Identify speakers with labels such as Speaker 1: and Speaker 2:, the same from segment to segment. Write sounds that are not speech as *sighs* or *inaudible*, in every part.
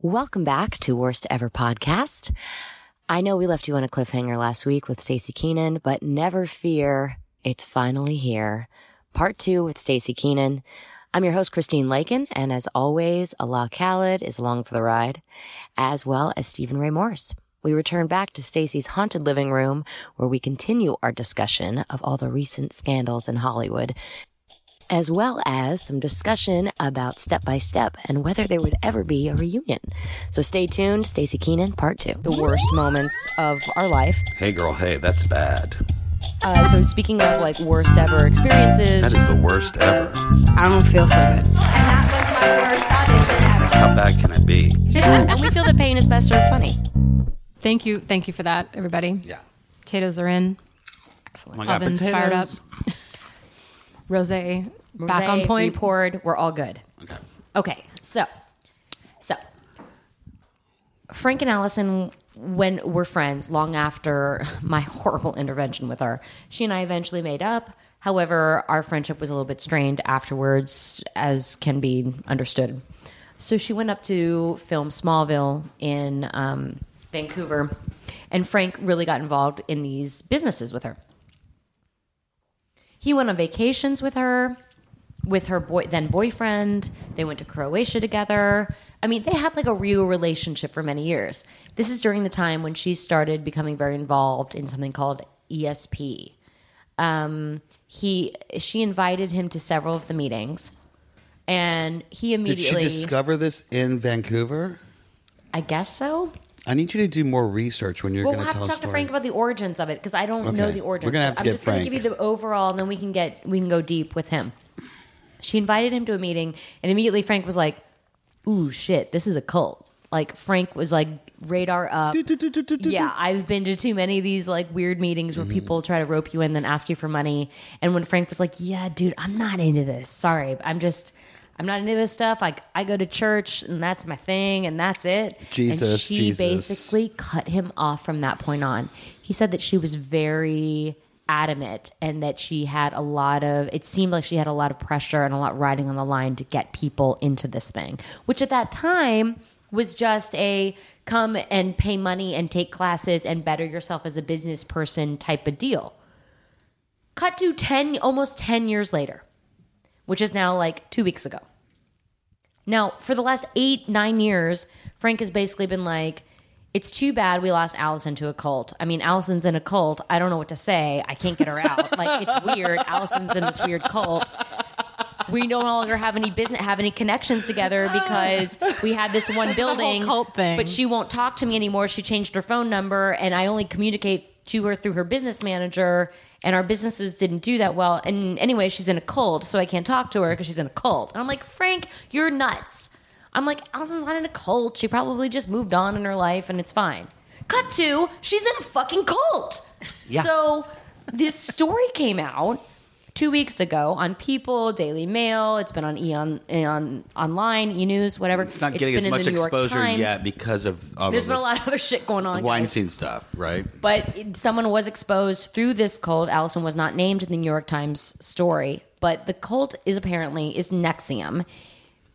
Speaker 1: Welcome back to Worst Ever Podcast. I know we left you on a cliffhanger last week with Stacey Keenan, but never fear, it's finally here. Part two with Stacey Keenan. I'm your host, Christine Lakin, and as always, Allah Khalid is along for the ride, as well as Stephen Ray Morse. We return back to Stacey's haunted living room, where we continue our discussion of all the recent scandals in Hollywood, as well as some discussion about step by step and whether there would ever be a reunion. So stay tuned, Stacey Keenan, part two. The worst moments of our life.
Speaker 2: Hey, girl, hey, that's bad.
Speaker 1: Uh, so speaking of like worst ever experiences,
Speaker 2: That is the worst ever.
Speaker 3: I don't feel so good.
Speaker 4: And that was my worst audition ever.
Speaker 2: How bad can it be?
Speaker 1: and *laughs* we feel that pain is best served funny.
Speaker 3: Thank you, thank you for that, everybody.
Speaker 2: Yeah.
Speaker 3: Potatoes are in,
Speaker 2: Oh my
Speaker 3: ovens fired up, *laughs* rosé back on
Speaker 5: Rosé,
Speaker 3: point.
Speaker 5: repoured, We're all good.
Speaker 2: Okay.
Speaker 5: Okay, so, so Frank and Allison, when were friends, long after *laughs* my horrible intervention with her, she and I eventually made up. However, our friendship was a little bit strained afterwards, as can be understood. So she went up to film Smallville in um, Vancouver, and Frank really got involved in these businesses with her. He went on vacations with her with her boy then boyfriend. They went to Croatia together. I mean, they had like a real relationship for many years. This is during the time when she started becoming very involved in something called ESP. Um, he she invited him to several of the meetings, and he
Speaker 6: Did she
Speaker 5: immediately.
Speaker 6: discover this in Vancouver?
Speaker 5: I guess so.
Speaker 6: I need you to do more research when you're
Speaker 5: Well, we'll
Speaker 6: going
Speaker 5: have to
Speaker 6: tell
Speaker 5: talk
Speaker 6: a
Speaker 5: to
Speaker 6: story.
Speaker 5: Frank about the origins of it because I don't know
Speaker 6: Okay.
Speaker 5: the origins.
Speaker 6: We're gonna have to
Speaker 5: I'm
Speaker 6: get
Speaker 5: just gonna give
Speaker 6: Frank.
Speaker 5: you the overall, and then we can get we can go deep with him. She invited him to a meeting, and immediately Frank was like, "Ooh, shit, this is a cult." Like Frank was like radar up. Yeah, I've been to too many of these like weird meetings
Speaker 6: Mm-hmm.
Speaker 5: where people try to rope you in, then ask you for money. And when Frank was like, "Yeah, dude, I'm not into this. Sorry, I'm just." I'm not into this stuff. Like I go to church and that's my thing and that's it. and
Speaker 6: Jesus,
Speaker 5: she
Speaker 6: Jesus.
Speaker 5: basically basically cut him off from that point on. He said that she was very adamant and that she had a lot of it seemed like she had a lot of pressure and a lot riding on the line to get people into this thing, which at that time was just a come and pay money and take classes and better yourself as a business person type of deal. Cut to 10 almost 10 years later, which is now like 2 weeks ago. Now, for the last eight, nine years, Frank has basically been like, it's too bad we lost Allison to a cult. I mean, Allison's in a cult. I don't know what to say. I can't get her out. *laughs* like, it's weird. Allison's in this weird cult. We no longer have any business, have any connections together because we had this one building.
Speaker 3: cult thing.
Speaker 6: Mm-hmm.
Speaker 5: But she won't talk to me anymore. She changed her phone number, and I only communicate to her through her business manager. And our businesses didn't do that well. And anyway, she's in a cult, so I can't talk to her because she's in a cult. And I'm like, Frank, you're nuts. I'm like, Allison's not in a cult. She probably just moved on in her life, and it's fine. Cut to she's in a fucking cult. So this story came out two weeks ago on People, Daily Mail. It's been on Eon, Eon Online, E News, whatever.
Speaker 6: It's not
Speaker 5: been
Speaker 6: getting as
Speaker 5: in the
Speaker 6: much
Speaker 5: New York
Speaker 6: exposure
Speaker 5: Times.
Speaker 6: yet because of all
Speaker 5: There's
Speaker 6: of
Speaker 5: been a
Speaker 6: this
Speaker 5: lot of other shit going on. guys.
Speaker 6: Weinstein stuff, right?
Speaker 5: But it- someone was exposed through this cult. Allison was not named in the New York Times story, but the cult is apparently is Nexium.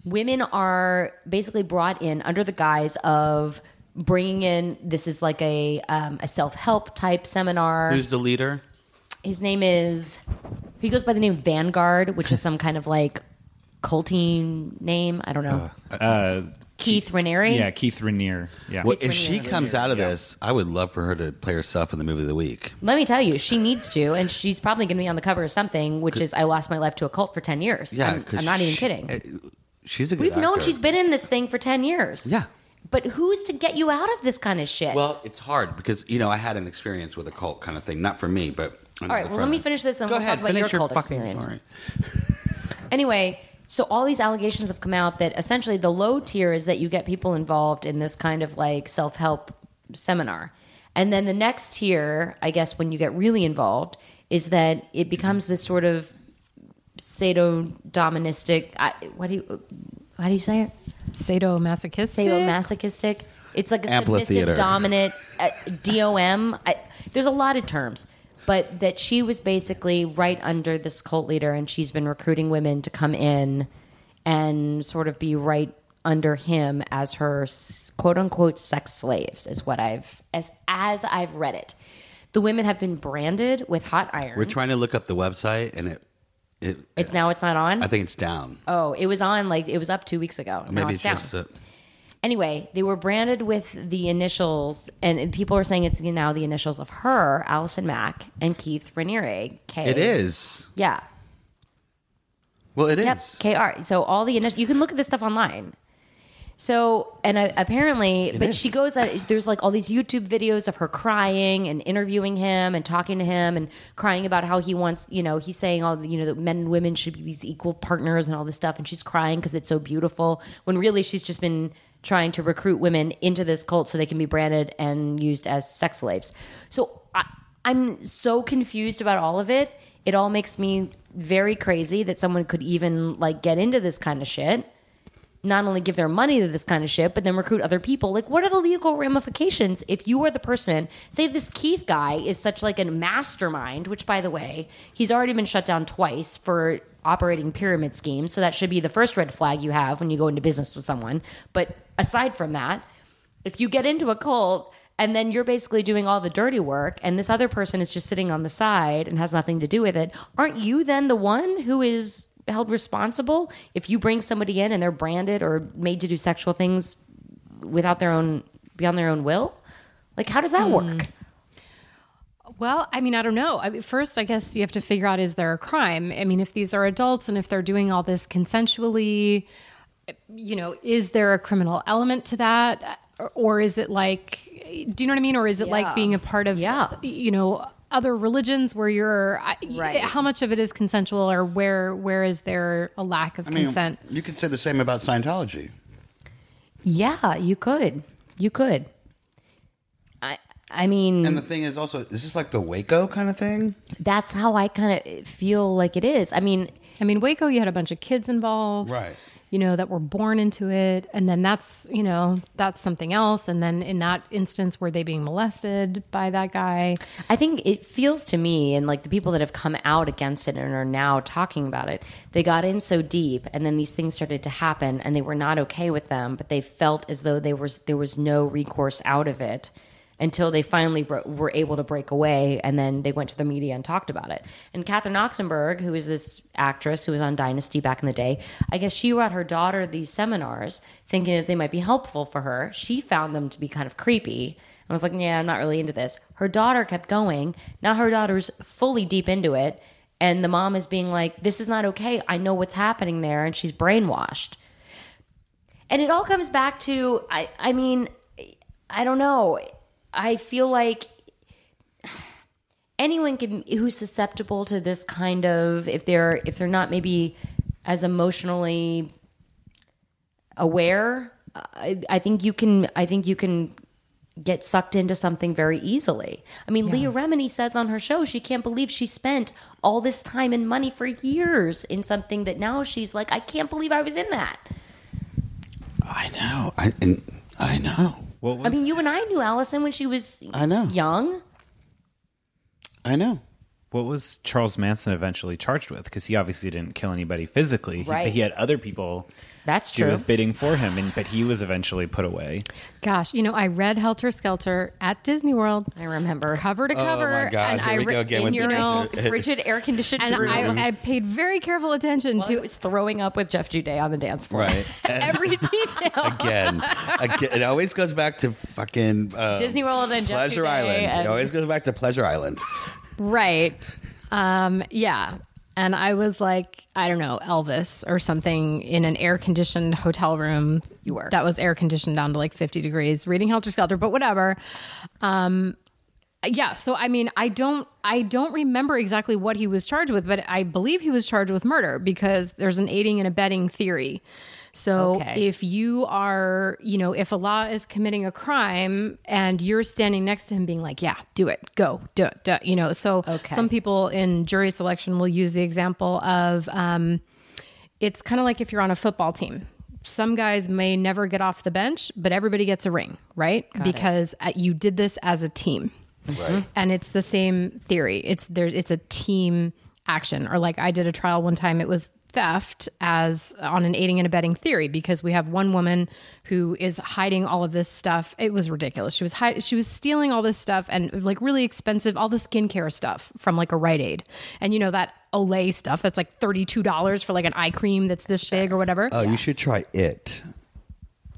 Speaker 5: Women are basically brought in under the guise of bringing in. This is like a um, a self help type seminar.
Speaker 6: Who's the leader?
Speaker 5: His name is. He goes by the name Vanguard, which is some kind of like culty name. I don't know. Keith Raniere.
Speaker 7: Yeah, Keith Rainier. Yeah.
Speaker 6: Well, if she
Speaker 5: Raniere.
Speaker 6: comes out of this, I would love for her to play herself in the movie of the week.
Speaker 5: Let me tell you, she needs to, and she's probably going to be on the cover of something, which is I lost my life to a cult for 10 years.
Speaker 6: Yeah,
Speaker 5: I'm,
Speaker 6: 'cause
Speaker 5: I'm not even
Speaker 6: she- eh,
Speaker 5: kidding.
Speaker 6: She's a good
Speaker 5: We've known
Speaker 6: actor.
Speaker 5: she's been in this thing for 10 years.
Speaker 6: Yeah.
Speaker 5: But who's to get you out of this kind of shit?
Speaker 6: Well, it's hard because you know I had an experience with a cult kind of thing, not for me, but all
Speaker 5: right, well, let me finish this and
Speaker 6: Go
Speaker 5: we'll
Speaker 6: ahead,
Speaker 5: talk about
Speaker 6: finish
Speaker 5: your cult
Speaker 6: fucking
Speaker 5: experience.
Speaker 6: story.
Speaker 5: Anyway, so all these allegations have come out that essentially the low tier is that you get people involved in this kind of like self help seminar. And then the next tier, I guess, when you get really involved, is that it becomes this sort of sadodoministic. I, what do you, how do you say it?
Speaker 3: Sadomasochistic.
Speaker 5: Sadomasochistic. It's like a
Speaker 6: Amphitheater.
Speaker 5: submissive dominant uh, DOM. I, there's a lot of terms, but that she was basically right under this cult leader, and she's been recruiting women to come in and sort of be right under him as her s- quote unquote sex slaves is what I've as as I've read it. The women have been branded with hot irons.
Speaker 6: We're trying to look up the website, and it it
Speaker 5: It's now it's not on.
Speaker 6: I think it's down.
Speaker 5: oh, it was on like it was up two weeks ago. now
Speaker 6: Maybe
Speaker 5: it's
Speaker 6: it's
Speaker 5: down.
Speaker 6: just a,
Speaker 5: anyway, they were branded with the initials, and and people are saying it's now the initials of her, Allison Mack, and Keith Raniere. K.
Speaker 6: it is.
Speaker 5: Yeah.
Speaker 6: Well, it is.
Speaker 5: Yep. KR. So all the initials, you can look at this stuff online. So, and uh, apparently, but
Speaker 6: is.
Speaker 5: she goes, uh, there's like all these YouTube videos of her crying and interviewing him and talking to him and crying about how he wants, you know, he's saying all, the- you know, that men and women should be these equal partners and all this stuff. And she's crying because it's so beautiful when really she's just been trying to recruit women into this cult so they can be branded and used as sex slaves. So I, I'm so confused about all of it. It all makes me very crazy that someone could even like get into this kind of shit not only give their money to this kind of shit, but then recruit other people. Like, what are the legal ramifications if you are the person? Say this Keith guy is such like a mastermind, which by the way, he's already been shut down twice for operating pyramid schemes. So that should be the first red flag you have when you go into business with someone. But aside from that, if you get into a cult and then you're basically doing all the dirty work and this other person is just sitting on the side and has nothing to do with it aren't you then the one who is held responsible if you bring somebody in and they're branded or made to do sexual things without their own beyond their own will like how does that work
Speaker 3: Well, I mean, I don't know. I mean, first, I guess you have to figure out is there a crime? I mean, if these are adults and if they're doing all this consensually, you know, is there a criminal element to that? Or- Or is it like, do you know what I mean? Or is it like being a part of,
Speaker 5: Yeah.
Speaker 3: you know, other religions where you're, I-
Speaker 5: Right.
Speaker 3: how much of it is consensual or where, where is there a lack of
Speaker 6: I mean,
Speaker 3: consent?
Speaker 6: You could say the same about Scientology.
Speaker 5: yeah you could you could i i mean
Speaker 6: And the thing is also, is this like the Waco kind of thing?
Speaker 5: that's how i kind of feel like it is i mean
Speaker 3: I mean, Waco, you had a bunch of kids involved.
Speaker 6: Right.
Speaker 3: You know, that were born into it. And then that's, you know, that's something else. And then in that instance, were they being molested by that guy?
Speaker 5: I think it feels to me, and like the people that have come out against it and are now talking about it, they got in so deep, and then these things started to happen, and they were not okay with them, but they felt as though they was there was no recourse out of it until they finally bro- were able to break away, and then they went to the media and talked about it. And Katherine Oxenberg, who is this actress who was on Dynasty back in the day, I guess she brought her daughter these seminars, thinking that they might be helpful for her. She found them to be kind of creepy. I was like, yeah, I'm not really into this. Her daughter kept going. Now her daughter's fully deep into it. And the mom is being like, this is not okay. I know what's happening there. And she's brainwashed. And it all comes back to, I, I mean, I don't know. I feel like anyone can who's susceptible to this kind of if they're if they're not maybe as emotionally aware, I, I think you can I think you can get sucked into something very easily. I mean, Leah Remini says on her show she can't believe she spent all this time and money for years in something that now she's like, I can't believe I was in that.
Speaker 6: I know. I and I know.
Speaker 7: What was
Speaker 5: I mean, you and I knew Allison when she was
Speaker 6: I know.
Speaker 5: young.
Speaker 6: I know.
Speaker 7: what was Charles Manson eventually charged with? Because he obviously didn't kill anybody physically. He-
Speaker 5: Right.
Speaker 7: He, had other people
Speaker 5: That's
Speaker 7: do
Speaker 5: true.
Speaker 7: his bidding for him, and but he was eventually put away.
Speaker 3: Gosh, you know, I read Helter Skelter at Disney World,
Speaker 5: I
Speaker 6: *laughs*
Speaker 5: remember.
Speaker 3: cover to cover.
Speaker 6: Oh my God,
Speaker 3: And
Speaker 6: here
Speaker 3: I
Speaker 6: we
Speaker 3: re-
Speaker 6: go again
Speaker 3: and
Speaker 6: with
Speaker 3: you
Speaker 6: the
Speaker 3: *laughs* know,
Speaker 6: Disney.
Speaker 5: Frigid air conditioned
Speaker 3: and
Speaker 5: room.
Speaker 3: I, I paid very careful attention
Speaker 5: Well,
Speaker 3: to
Speaker 5: I was throwing up with Jeff Jude on the dance floor.
Speaker 6: Right.
Speaker 3: every *laughs* detail.
Speaker 6: Again. Again. It always goes back to fucking uh,
Speaker 5: Disney World and Jeff
Speaker 6: Pleasure
Speaker 5: Jude
Speaker 6: Island.
Speaker 5: and-
Speaker 6: It always goes back to Pleasure Island.
Speaker 3: Right. Um, yeah. And I was like, I don't know, Elvis or something in an air conditioned hotel room. You were. That was air conditioned down to like 50 degrees, reading Helter Skelter, but whatever. Um, yeah, so I mean, I don't I don't remember exactly what he was charged with, but I believe he was charged with murder because there's an aiding and abetting theory. So
Speaker 5: Okay.
Speaker 3: if you are, you know, if Allah is committing a crime and you're standing next to him being like, yeah, do it, go, do it, do it," you know. So some people in jury selection will use the example of um, it's kind of like if you're on a football team. Some guys may never get off the bench, but everybody gets a ring, right? because uh you did this as a team
Speaker 6: Right.
Speaker 3: and it's the same theory it's there it's a team action or like i did a trial one time it was theft as on an aiding and abetting theory because we have one woman who is hiding all of this stuff. It was ridiculous. She was hiding, she was stealing all this stuff and like really expensive, all the skincare stuff from like a Rite Aid, and you know that Olay stuff that's like thirty two dollars for like an eye cream that's this big or whatever.
Speaker 8: Oh,
Speaker 6: Uh,
Speaker 8: you should try it.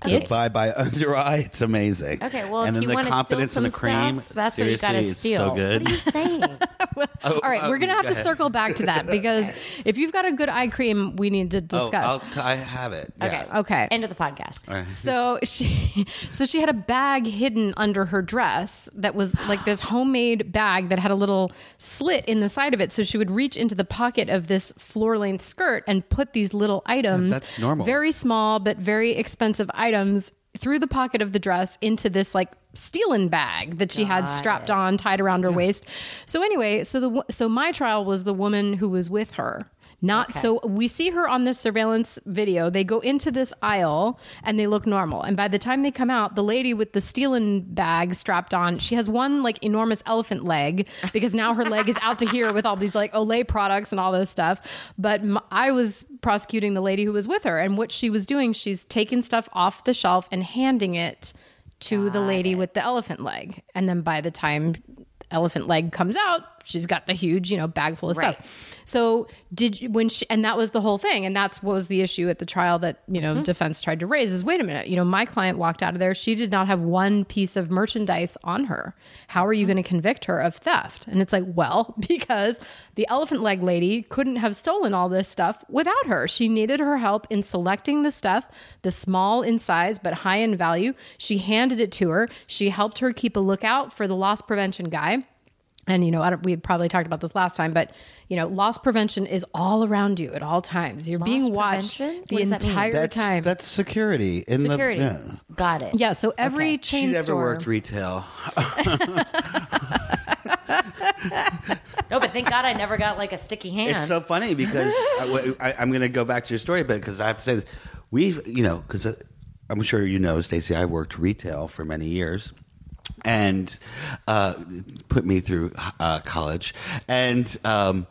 Speaker 3: It?
Speaker 6: Bye bye under eye. It's amazing.
Speaker 5: Okay, well,
Speaker 6: and
Speaker 5: if
Speaker 6: then
Speaker 5: you
Speaker 6: the
Speaker 5: want
Speaker 6: confidence
Speaker 5: to
Speaker 6: in the cream.
Speaker 5: stuff, that's
Speaker 6: seriously,
Speaker 5: what you gotta
Speaker 6: it's
Speaker 5: steal.
Speaker 6: so good.
Speaker 5: What are you
Speaker 6: *laughs*
Speaker 5: saying?
Speaker 3: all
Speaker 6: uh,
Speaker 3: right, we're gonna have to circle back to that because if you've got a good eye cream, we need to
Speaker 6: Oh,
Speaker 3: discuss.
Speaker 6: I'll t- I have it. Yeah.
Speaker 5: Okay.
Speaker 3: okay,
Speaker 5: End of the podcast.
Speaker 3: So she so she had a bag hidden under her dress that was like this homemade bag that had a little slit in the side of it so she would reach into the pocket of this floor length skirt and put these little items
Speaker 6: that's normal.
Speaker 3: very small but very expensive items through the pocket of the dress into this like stealing bag that she had strapped on tied around her waist. So anyway, so the wo- so my trial was the woman who was with her. Not so we see her on this surveillance video. They go into this aisle and they look normal. And by the time they come out, the lady with the stealing bag strapped on, she has one like enormous elephant leg because now her leg is out to here with all these like Olay products and all this stuff. But m- I was prosecuting the lady who was with her. And what she was doing, she's taking stuff off the shelf and handing it to the lady with the elephant leg. And then by the time elephant leg comes out, she's got the huge, you know, bag full of stuff. So did you, when she, and that was the whole thing. And that's what was the issue at the trial that, you know, defense tried to raise is wait a minute, you know, my client walked out of there. She did not have one piece of merchandise on her. How are you going to convict her of theft? And it's like, well, *laughs* because the elephant leg lady couldn't have stolen all this stuff without her. She needed her help in selecting the stuff, the small in size but high in value. She handed it to her. She helped her keep a lookout for the loss prevention guy. And you know, I don't, we probably talked about this last time, but you know, loss prevention is all around you at all times. You're being watched
Speaker 5: prevention?
Speaker 3: the
Speaker 5: What does that mean?
Speaker 3: entire
Speaker 8: That's
Speaker 3: time.
Speaker 8: that's security in
Speaker 5: Security.
Speaker 8: the yeah.
Speaker 5: Got it.
Speaker 3: yeah, so every
Speaker 6: She
Speaker 3: chain
Speaker 6: never
Speaker 3: store.
Speaker 6: worked retail.
Speaker 5: No, but thank God I never got like a sticky hand.
Speaker 6: It's so funny because I, am going to go back to your story, but because I have to say this, we've you know because I'm sure you know, Stacey, I worked retail for many years, and uh, put me through uh, college, and um,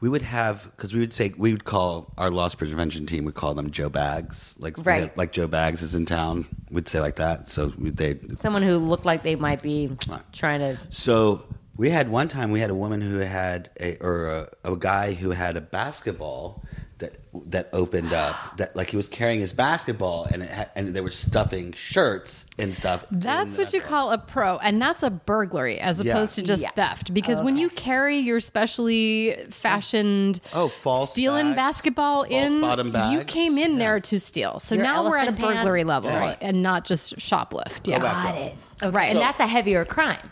Speaker 6: we would have because we would say we would call our loss prevention team, we call them Joe Bags, like we
Speaker 5: Right.
Speaker 6: had- like Joe Bags is in town, we'd say like that, so we- they
Speaker 5: Someone who looked like they might be trying to.
Speaker 6: so we had one time we had a woman who had a or a, a guy who had a basketball that that opened
Speaker 5: *gasps*
Speaker 6: up that like he was carrying his basketball and it had, and they were stuffing shirts and stuff. in
Speaker 3: That's
Speaker 6: the
Speaker 3: what you
Speaker 6: basketball.
Speaker 3: call a pro, and that's a burglary as
Speaker 6: Yeah.
Speaker 3: opposed to just
Speaker 5: Yeah.
Speaker 3: theft. Because when you carry your specially fashioned,
Speaker 6: Oh, false
Speaker 3: stealing
Speaker 6: bags,
Speaker 3: basketball
Speaker 6: false
Speaker 3: in,
Speaker 6: bottom
Speaker 3: you
Speaker 6: bags.
Speaker 3: came in there to steal. So
Speaker 5: Your
Speaker 3: now we're at a
Speaker 5: elephant pan.
Speaker 3: burglary level
Speaker 6: Right.
Speaker 3: and not just shoplift. Yeah,
Speaker 6: Go back up.
Speaker 5: Right. And that's a heavier crime.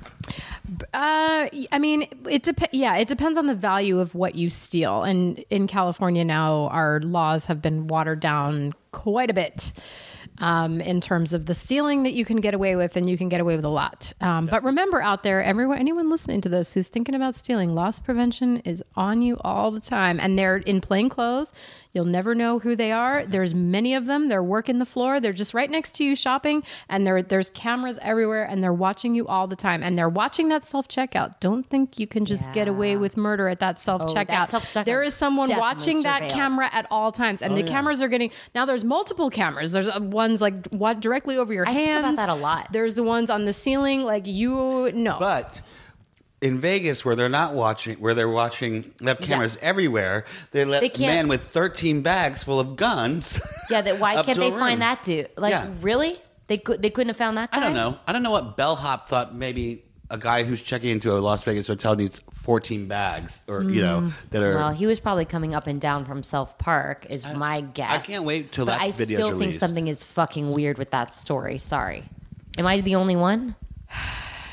Speaker 3: Uh, I mean, it dep- Yeah, it depends on the value of what you steal. And in California now, our laws have been watered down quite a bit um, in terms of the stealing that you can get away with, and you can get away with a lot. Um, but remember, out there, everyone, anyone listening to this who's thinking about stealing, loss prevention is on you all the time, and they're in plain clothes. You'll never know who they
Speaker 5: Mm-hmm.
Speaker 3: are. There's many of them. They're working the floor. They're just right next to you shopping, and there there's cameras everywhere, and they're watching you all the time. And they're watching that self checkout. Don't think you can just get away with murder at that self
Speaker 5: Oh, that
Speaker 3: checkout.
Speaker 5: self-checkout
Speaker 3: there is someone
Speaker 5: definitely Oh,
Speaker 3: watching that
Speaker 5: surveilled.
Speaker 3: camera at all times, and the cameras are getting now. There's multiple cameras. There's uh, ones like what directly over your
Speaker 5: I think
Speaker 3: hands.
Speaker 5: about that a lot.
Speaker 3: There's the ones on the ceiling. Like you no.
Speaker 6: But in Vegas, where they're not watching, where they're watching, they have cameras everywhere. They let
Speaker 5: They
Speaker 6: a
Speaker 5: can't-
Speaker 6: man with thirteen bags full of guns.
Speaker 5: Yeah. That why
Speaker 6: *laughs* up
Speaker 5: can't
Speaker 6: to
Speaker 5: they
Speaker 6: a room.
Speaker 5: find that dude? Like
Speaker 6: Yeah.
Speaker 5: really? They could. They couldn't have found that guy.
Speaker 6: I don't know. I don't know what bellhop thought. Maybe a guy who's checking into a Las Vegas hotel needs 14 bags, or you know, that are.
Speaker 5: Mm. Well, he was probably coming up and down from Self Park, is my guess.
Speaker 6: I can't wait till
Speaker 5: but
Speaker 6: that
Speaker 5: I
Speaker 6: video's
Speaker 5: still think
Speaker 6: released.
Speaker 5: something is fucking weird with that story. Sorry, am I the only one?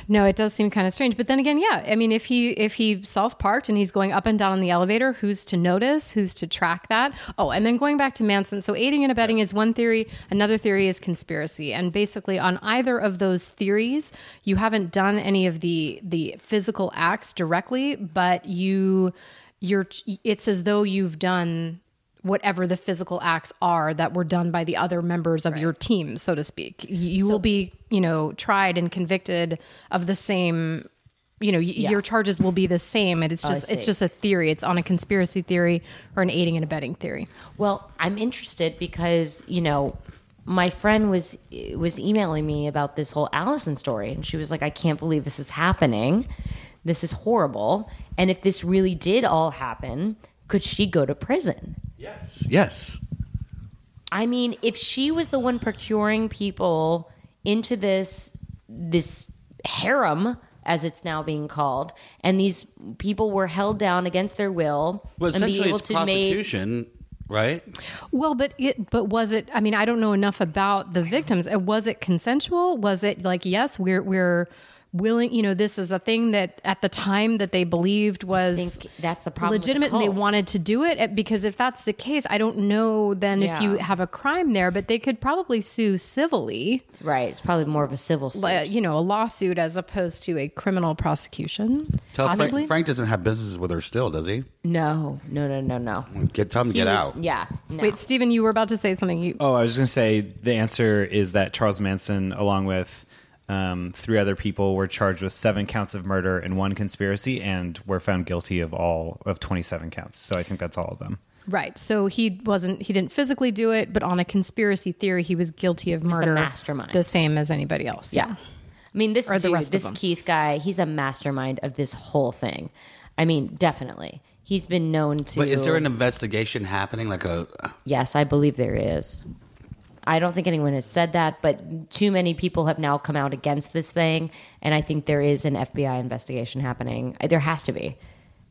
Speaker 3: No, it does seem kind of strange. But then again, yeah. I mean, if he if he self parked and he's going up and down on the elevator, who's to notice? Who's to track that? Oh, and then going back to Manson. So aiding and abetting is one theory. Another theory is conspiracy. And basically, on either of those theories, you haven't done any of the the physical acts directly, but you you're it's as though you've done whatever the physical acts are that were done by the other members of your team, so to speak. You you will be, you know, tried and convicted of the same you know, y- your charges will be the same. And it's just it's
Speaker 5: see.
Speaker 3: just a theory. It's on a conspiracy theory or an aiding and abetting theory.
Speaker 5: Well, I'm interested because you know my friend was was emailing me about this whole Allison story, and she was like, "I can't believe this is happening. This is horrible. And if this really did all happen, could she go to prison?"
Speaker 6: Yes.
Speaker 5: I mean, if she was the one procuring people into this this harem as it's now being called, and these people were held down against their will
Speaker 6: Well,
Speaker 5: and be
Speaker 6: essentially,
Speaker 5: able
Speaker 6: it's
Speaker 5: to make
Speaker 6: prostitution, right?
Speaker 3: Well, but it, but was it? I mean, I don't know enough about the victims. Uh, Was it consensual? Was it like yes, we're we're willing? You know, this is a thing that at the time that they believed was
Speaker 5: think that's the problem with the
Speaker 3: legitimate, and they
Speaker 5: cult.
Speaker 3: wanted to do it Uh, because if that's the case, I don't know then
Speaker 5: Yeah.
Speaker 3: if you have a crime there, but they could probably sue civilly,
Speaker 5: right. It's probably more of a civil suit.
Speaker 3: uh, you know, a lawsuit as opposed to a criminal prosecution.
Speaker 6: Tell
Speaker 3: Possibly.
Speaker 6: Frank, Frank doesn't have business with her still, does he?
Speaker 5: No, no, no, no, no.
Speaker 6: Get tell him to get out.
Speaker 5: Yeah. No.
Speaker 3: Wait, Stephen, you were about to say something. You
Speaker 7: Oh, I was going to say the answer is that Charles Manson, along with um, three other people, were charged with seven counts of murder and one conspiracy, and were found guilty of all of twenty-seven counts. So I think that's all of them.
Speaker 3: right? So he wasn't. He didn't physically do it, but on a conspiracy theory, he was guilty of
Speaker 5: the
Speaker 3: murder.
Speaker 5: mastermind.
Speaker 3: the same as anybody else.
Speaker 5: Yeah. I mean, this
Speaker 3: Or the
Speaker 5: dude,
Speaker 3: rest of
Speaker 5: this
Speaker 3: them.
Speaker 5: Keith guy, he's a mastermind of this whole thing. I mean, definitely. He's been known to.
Speaker 6: But is there an investigation happening? Like a
Speaker 5: Yes, I believe there is. I don't think anyone has said that, but too many people have now come out against this thing, and I think there is an FBI investigation happening. There has to be.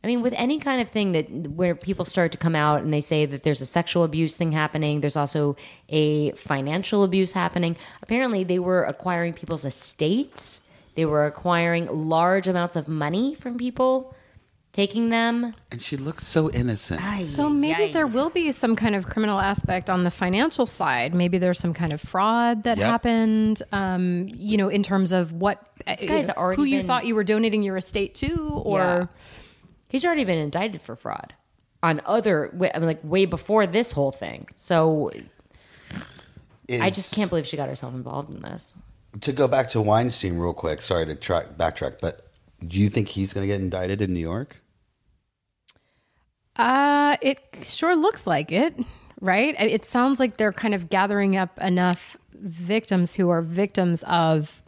Speaker 5: I mean, with any kind of thing that where people start to come out and they say that there's a sexual abuse thing happening, there's also a financial abuse happening. Apparently, they were acquiring people's estates. They were acquiring large amounts of money from people, taking them.
Speaker 6: and she looks so innocent.
Speaker 3: So maybe there will be some kind of criminal aspect on the financial side. Maybe there's some kind of fraud that
Speaker 6: Yep.
Speaker 3: happened. Um, you know, in terms of what uh,
Speaker 5: This guy's already
Speaker 3: who you
Speaker 5: been-
Speaker 3: thought you were donating your estate to, or
Speaker 5: Yeah. He's already been indicted for fraud on other, wa- I mean, like way before this whole thing. So I just can't believe she got herself involved in this.
Speaker 6: To go back to Weinstein real quick. Sorry to track backtrack, but do you think he's going to get indicted in New York?
Speaker 3: Uh, it sure looks like it, right? I- It sounds like they're kind of gathering up enough victims who are victims of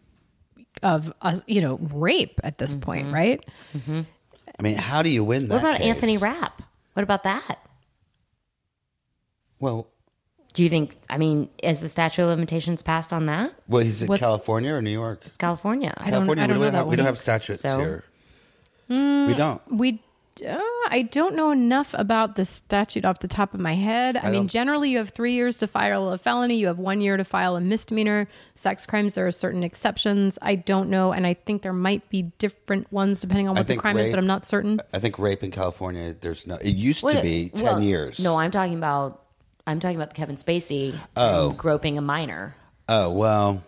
Speaker 3: of uh, you know rape at this point,
Speaker 6: Mm-hmm.
Speaker 3: right?
Speaker 6: I mean, how do you win that?
Speaker 5: What about
Speaker 6: case?
Speaker 5: Anthony Rapp? What about that?
Speaker 6: Well,
Speaker 5: Do you think, I mean, is the statute of limitations passed on that?
Speaker 6: well, he's in
Speaker 3: What's-
Speaker 6: California or New York?
Speaker 5: California. I
Speaker 3: don't-
Speaker 6: California,
Speaker 3: I don't
Speaker 6: we
Speaker 3: know
Speaker 6: don't,
Speaker 3: that
Speaker 6: have, we
Speaker 3: one.
Speaker 6: don't have statutes
Speaker 5: So- Hmm.
Speaker 6: here. we don't.
Speaker 3: We. Uh, I don't know enough about the statute off the top of my head. I, mean,
Speaker 6: don't-
Speaker 3: generally, you have three years to file a felony, you have one year to file a misdemeanor. Sex crimes, there are certain exceptions. I don't know, and I think there might be different ones depending on
Speaker 6: I
Speaker 3: what the
Speaker 6: think
Speaker 3: crime is,
Speaker 6: rape-
Speaker 3: but I'm not certain.
Speaker 6: I think rape in California, there's no. It used to
Speaker 5: What-
Speaker 6: be ten
Speaker 5: well,
Speaker 6: years.
Speaker 5: No, I'm talking about, I'm talking about Kevin Spacey oh. groping a minor.
Speaker 6: Oh well,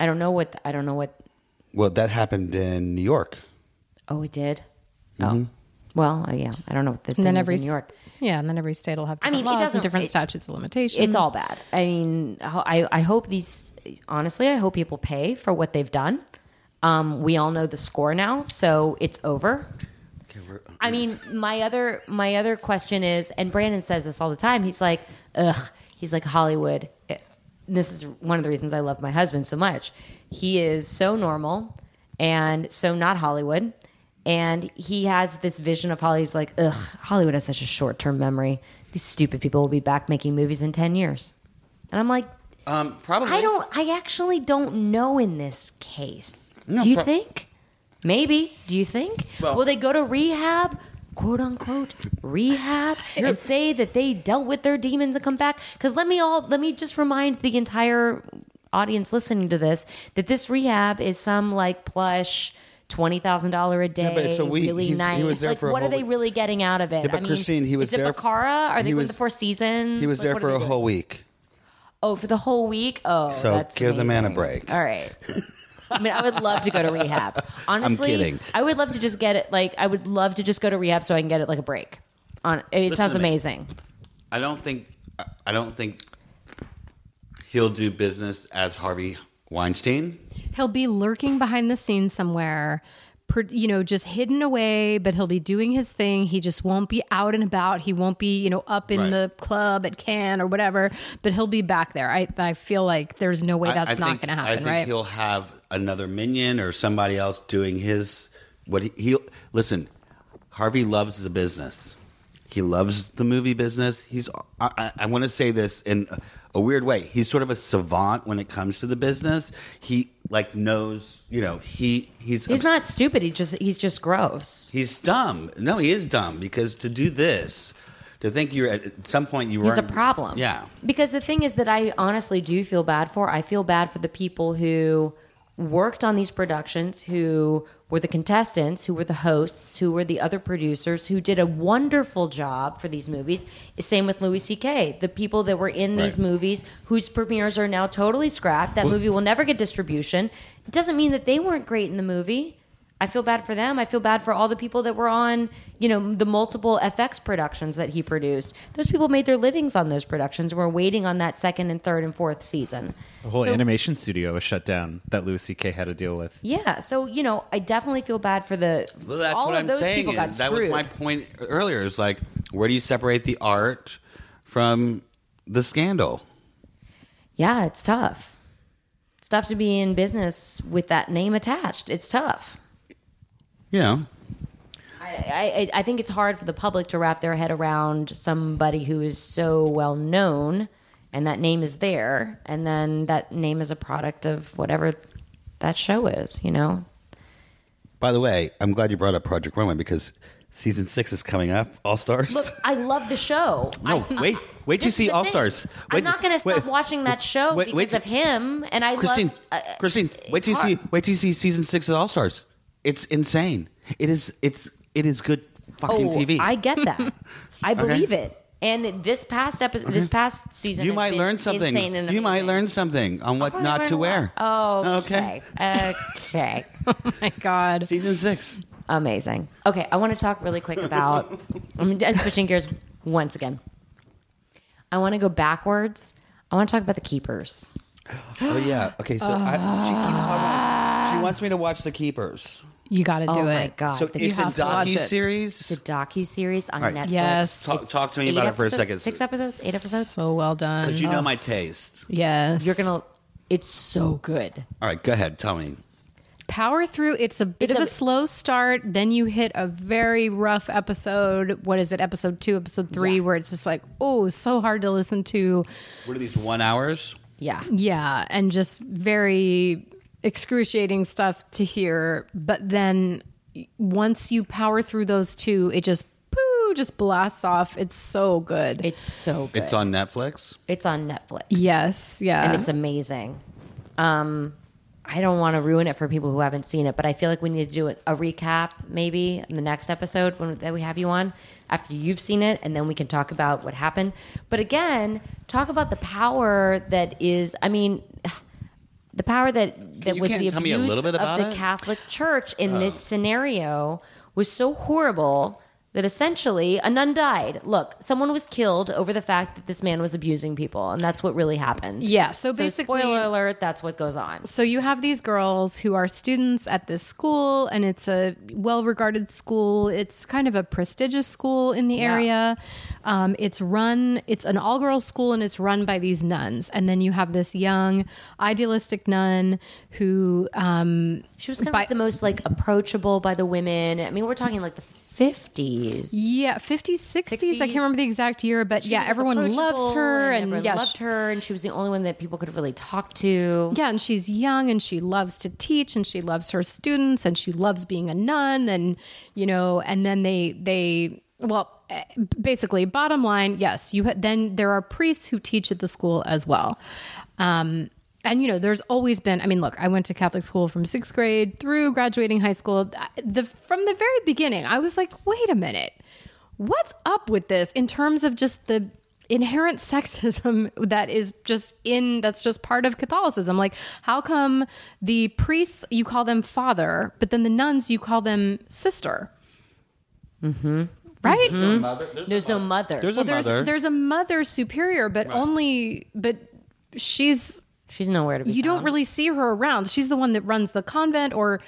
Speaker 5: I don't know what, I don't know what,
Speaker 6: well that happened in New York.
Speaker 5: oh, it did?
Speaker 6: Mm-hmm.
Speaker 5: Oh. Well, uh, yeah, I don't know what the thing
Speaker 3: And then
Speaker 5: is
Speaker 3: every
Speaker 5: in New York.
Speaker 3: yeah, and then every state will have.
Speaker 5: I mean,
Speaker 3: Different
Speaker 5: it
Speaker 3: laws
Speaker 5: doesn't-
Speaker 3: and different
Speaker 5: it-
Speaker 3: statutes of limitations.
Speaker 5: It's all bad. I mean, ho- I, I hope these, honestly, I hope people pay for what they've done. Um, we all know the score now, so it's over. I mean, my other my other question is, and Brandon says this all the time. He's like, ugh. He's like Hollywood. It- this is one of the reasons I love my husband so much. He is so normal and so not Hollywood. And he has this vision of Hollywood. He's like, ugh, Hollywood has such a short term memory. These stupid people will be back making movies in ten years. And I'm like,
Speaker 6: Um, probably.
Speaker 5: I don't. I actually don't know in this case.
Speaker 6: No,
Speaker 5: Do you
Speaker 6: pro-
Speaker 5: think? Maybe. Do you think? Will they go to rehab? "Quote unquote rehab," and say that they dealt with their demons and come back. Because let me all let me just remind the entire audience listening to this that this rehab is some like plush twenty thousand dollar a day,
Speaker 6: but it's a week.
Speaker 5: really
Speaker 6: He's-
Speaker 5: nice.
Speaker 6: he was there
Speaker 5: like,
Speaker 6: for a
Speaker 5: what
Speaker 6: whole
Speaker 5: are they
Speaker 6: week.
Speaker 5: really getting out of it?
Speaker 6: Yeah, but
Speaker 5: I mean,
Speaker 6: Christine, he was
Speaker 5: is it
Speaker 6: there-
Speaker 5: Baccara? Are they
Speaker 6: he
Speaker 5: going to
Speaker 6: was-
Speaker 5: Four Seasons?
Speaker 6: He was
Speaker 5: Like,
Speaker 6: there
Speaker 5: what
Speaker 6: for
Speaker 5: are
Speaker 6: a
Speaker 5: they doing?
Speaker 6: whole week.
Speaker 5: Oh, for the whole week? Oh,
Speaker 6: So
Speaker 5: that's
Speaker 6: give the man a
Speaker 5: amazing.
Speaker 6: break.
Speaker 5: All right. I mean, I would love to go to
Speaker 6: *laughs*
Speaker 5: rehab. Honestly,
Speaker 6: kidding.
Speaker 5: I would love to just get it. Like, I would love to just go to rehab so I can get it like a break. On it sounds
Speaker 6: to me.
Speaker 5: amazing.
Speaker 6: I don't think. I- I don't think he'll do business as Harvey Weinstein.
Speaker 3: He'll be lurking behind the scenes somewhere, per- you know, just hidden away, but he'll be doing his thing. He just won't be out and about. He won't be, you know, up in
Speaker 6: Right.
Speaker 3: the club at Cannes or whatever, but he'll be back there. I, I feel like there's no way
Speaker 6: I-
Speaker 3: that's
Speaker 6: I
Speaker 3: not
Speaker 6: think-
Speaker 3: going to
Speaker 6: I
Speaker 3: happen,
Speaker 6: think
Speaker 3: right? *laughs*
Speaker 6: he'll have another minion or somebody else doing his what he, he'll listen. Harvey loves the business. He loves the movie business. He's I, I, I want to say this in a, a weird way. He's sort of a savant when it comes to the business. He like knows, you know, he he's
Speaker 5: He's
Speaker 6: obs-
Speaker 5: not stupid. He just he's just gross.
Speaker 6: he's dumb. No, he is dumb because to do this, to think you're at, at some point you were
Speaker 5: He's a problem.
Speaker 6: Yeah.
Speaker 5: Because the thing is that I honestly do feel bad for. I feel bad for the people who worked on these productions, who were the contestants, who were the hosts, who were the other producers, who did a wonderful job for these movies. Same with Louis C.K. The people that were in these
Speaker 6: Right.
Speaker 5: movies whose premieres are now totally scrapped. That movie will never get distribution. It doesn't mean that they weren't great in the movie. I feel bad for them. I feel bad for all the people that were on, you know, the multiple FX productions that he produced. Those people made their livings on those productions and were waiting on that second and third and fourth season.
Speaker 7: The whole
Speaker 5: So-
Speaker 7: animation studio was shut down that Louis C.K. had to deal with.
Speaker 5: Yeah, so you know, I definitely feel bad for the
Speaker 6: Well, that's
Speaker 5: all
Speaker 6: what
Speaker 5: of
Speaker 6: I'm
Speaker 5: those
Speaker 6: saying.
Speaker 5: people got
Speaker 6: is that was
Speaker 5: screwed.
Speaker 6: my point earlier. Is like, where do you separate the art from the scandal?
Speaker 5: yeah, it's tough. It's tough to be in business with that name attached. It's tough.
Speaker 6: You know,
Speaker 5: I, I, I think it's hard for the public to wrap their head around somebody who is so well known and that name is there and then that name is a product of whatever that show is you know
Speaker 6: By the way, I'm glad you brought up Project Runway because season six is coming up. All Stars.
Speaker 5: look i love the show
Speaker 6: no,
Speaker 5: I-
Speaker 6: wait, wait to
Speaker 5: This is
Speaker 6: see
Speaker 5: the
Speaker 6: All
Speaker 5: thing.
Speaker 6: Stars.
Speaker 5: i'm not going to stop watching that show
Speaker 6: wait-
Speaker 5: because
Speaker 6: wait-
Speaker 5: of him and i
Speaker 6: Christine,
Speaker 5: love uh, uh,
Speaker 6: Christine,
Speaker 5: it's
Speaker 6: wait till you see,
Speaker 5: hard.
Speaker 6: wait till you see season six of All Stars. It's insane. It is, it's, it is good fucking
Speaker 5: Oh,
Speaker 6: TV.
Speaker 5: I get
Speaker 6: *laughs*
Speaker 5: that. I believe it. And this past episode, this past season,
Speaker 6: you
Speaker 5: has
Speaker 6: might
Speaker 5: been
Speaker 6: learn something.
Speaker 5: insane and
Speaker 6: You might
Speaker 5: amazing.
Speaker 6: learn something on what
Speaker 5: Probably
Speaker 6: not
Speaker 5: learn a
Speaker 6: to
Speaker 5: lot.
Speaker 6: wear.
Speaker 5: Oh,
Speaker 6: Okay.
Speaker 5: okay, *laughs* okay,
Speaker 3: Oh My God.
Speaker 6: Season
Speaker 3: *gasps*
Speaker 6: six.
Speaker 5: amazing. Okay, I want to talk really
Speaker 6: *laughs*
Speaker 5: quick about. I'm I'm switching gears once again. I want to go backwards. I want to talk about the keepers.
Speaker 6: Oh yeah. Okay. So I, she keeps talking. She wants me to watch The Keepers.
Speaker 3: You got to do
Speaker 5: oh
Speaker 3: it.
Speaker 5: my god,
Speaker 6: So
Speaker 5: the
Speaker 6: it's a
Speaker 3: have to watch
Speaker 6: docu
Speaker 3: it.
Speaker 6: series.
Speaker 5: docu series on
Speaker 6: Right.
Speaker 5: Netflix.
Speaker 3: Yes.
Speaker 6: Talk,
Speaker 5: It's
Speaker 6: talk to me
Speaker 5: eight
Speaker 6: about it for a
Speaker 5: episodes-
Speaker 6: second.
Speaker 5: Six episodes, eight episodes.
Speaker 3: So well done.
Speaker 6: Because you know my taste.
Speaker 3: yes.
Speaker 5: You're gonna. It's so good.
Speaker 6: All right. Go ahead. Tell me.
Speaker 3: power through. It's a bit
Speaker 5: It's
Speaker 3: of a,
Speaker 5: a-
Speaker 3: slow start. Then you hit a very rough episode. What is it? Episode two, episode three, where it's just like, oh, so hard to listen to.
Speaker 6: What are these one hours?
Speaker 5: Yeah.
Speaker 3: Yeah. And just very excruciating stuff to hear. But then once you power through those two, it just, poo, just blasts off. It's so good.
Speaker 5: It's so good.
Speaker 6: It's on Netflix.
Speaker 5: It's on Netflix.
Speaker 3: yes. Yeah.
Speaker 5: And it's amazing. Um, I don't want to ruin it for people who haven't seen it, but I feel like we need to do a a recap maybe in the next episode when, that we have you on after you've seen it, and then we can talk about what happened. But again, talk about the power that is, I mean, *sighs* the power that, that
Speaker 6: you
Speaker 5: was
Speaker 6: can't
Speaker 5: the
Speaker 6: tell me a
Speaker 5: abuse
Speaker 6: little bit about
Speaker 5: of the
Speaker 6: it? Oh.
Speaker 5: Catholic Church in this scenario was so horrible that essentially a nun died. Look, someone was killed over the fact that this man was abusing people, and that's what really happened.
Speaker 3: Yeah, so basically-
Speaker 5: spoiler alert, that's what goes on.
Speaker 3: so you have these girls who are students at this school and it's a well-regarded school it's kind of a prestigious school in the area um, it's run it's an all-girls school and it's run by these nuns and then you have this young idealistic nun who um,
Speaker 5: She was kind of
Speaker 3: By-
Speaker 5: like the most like approachable by the women. I mean, we're talking like the fifties.
Speaker 3: yeah 50s 60s, i
Speaker 5: 60s.
Speaker 3: can't remember the exact year but yeah everyone loves her and,
Speaker 5: everyone
Speaker 3: yeah,
Speaker 5: loved her, and she was the only one that people could really talk to.
Speaker 3: Yeah, and she's young and she loves to teach and she loves her students and she loves being a nun and you know and then they they well eh, basically bottom line yes you ha- then there are priests who teach at the school as well. Um and you know there's always been I mean look I went to Catholic school from 6th grade through graduating high school Th- the from the very beginning I was like wait a minute what's up with this in terms of just the inherent *laughs* sexism that is just in that's just part of Catholicism like how come the priests you call them father but then the nuns you call them sister mm-hmm. right
Speaker 5: There's no mother.
Speaker 6: There's a
Speaker 3: there's
Speaker 6: mother.
Speaker 3: there's a mother superior but only but she's
Speaker 5: She's nowhere to be.
Speaker 3: you don't really see her around she's the one that runs the convent or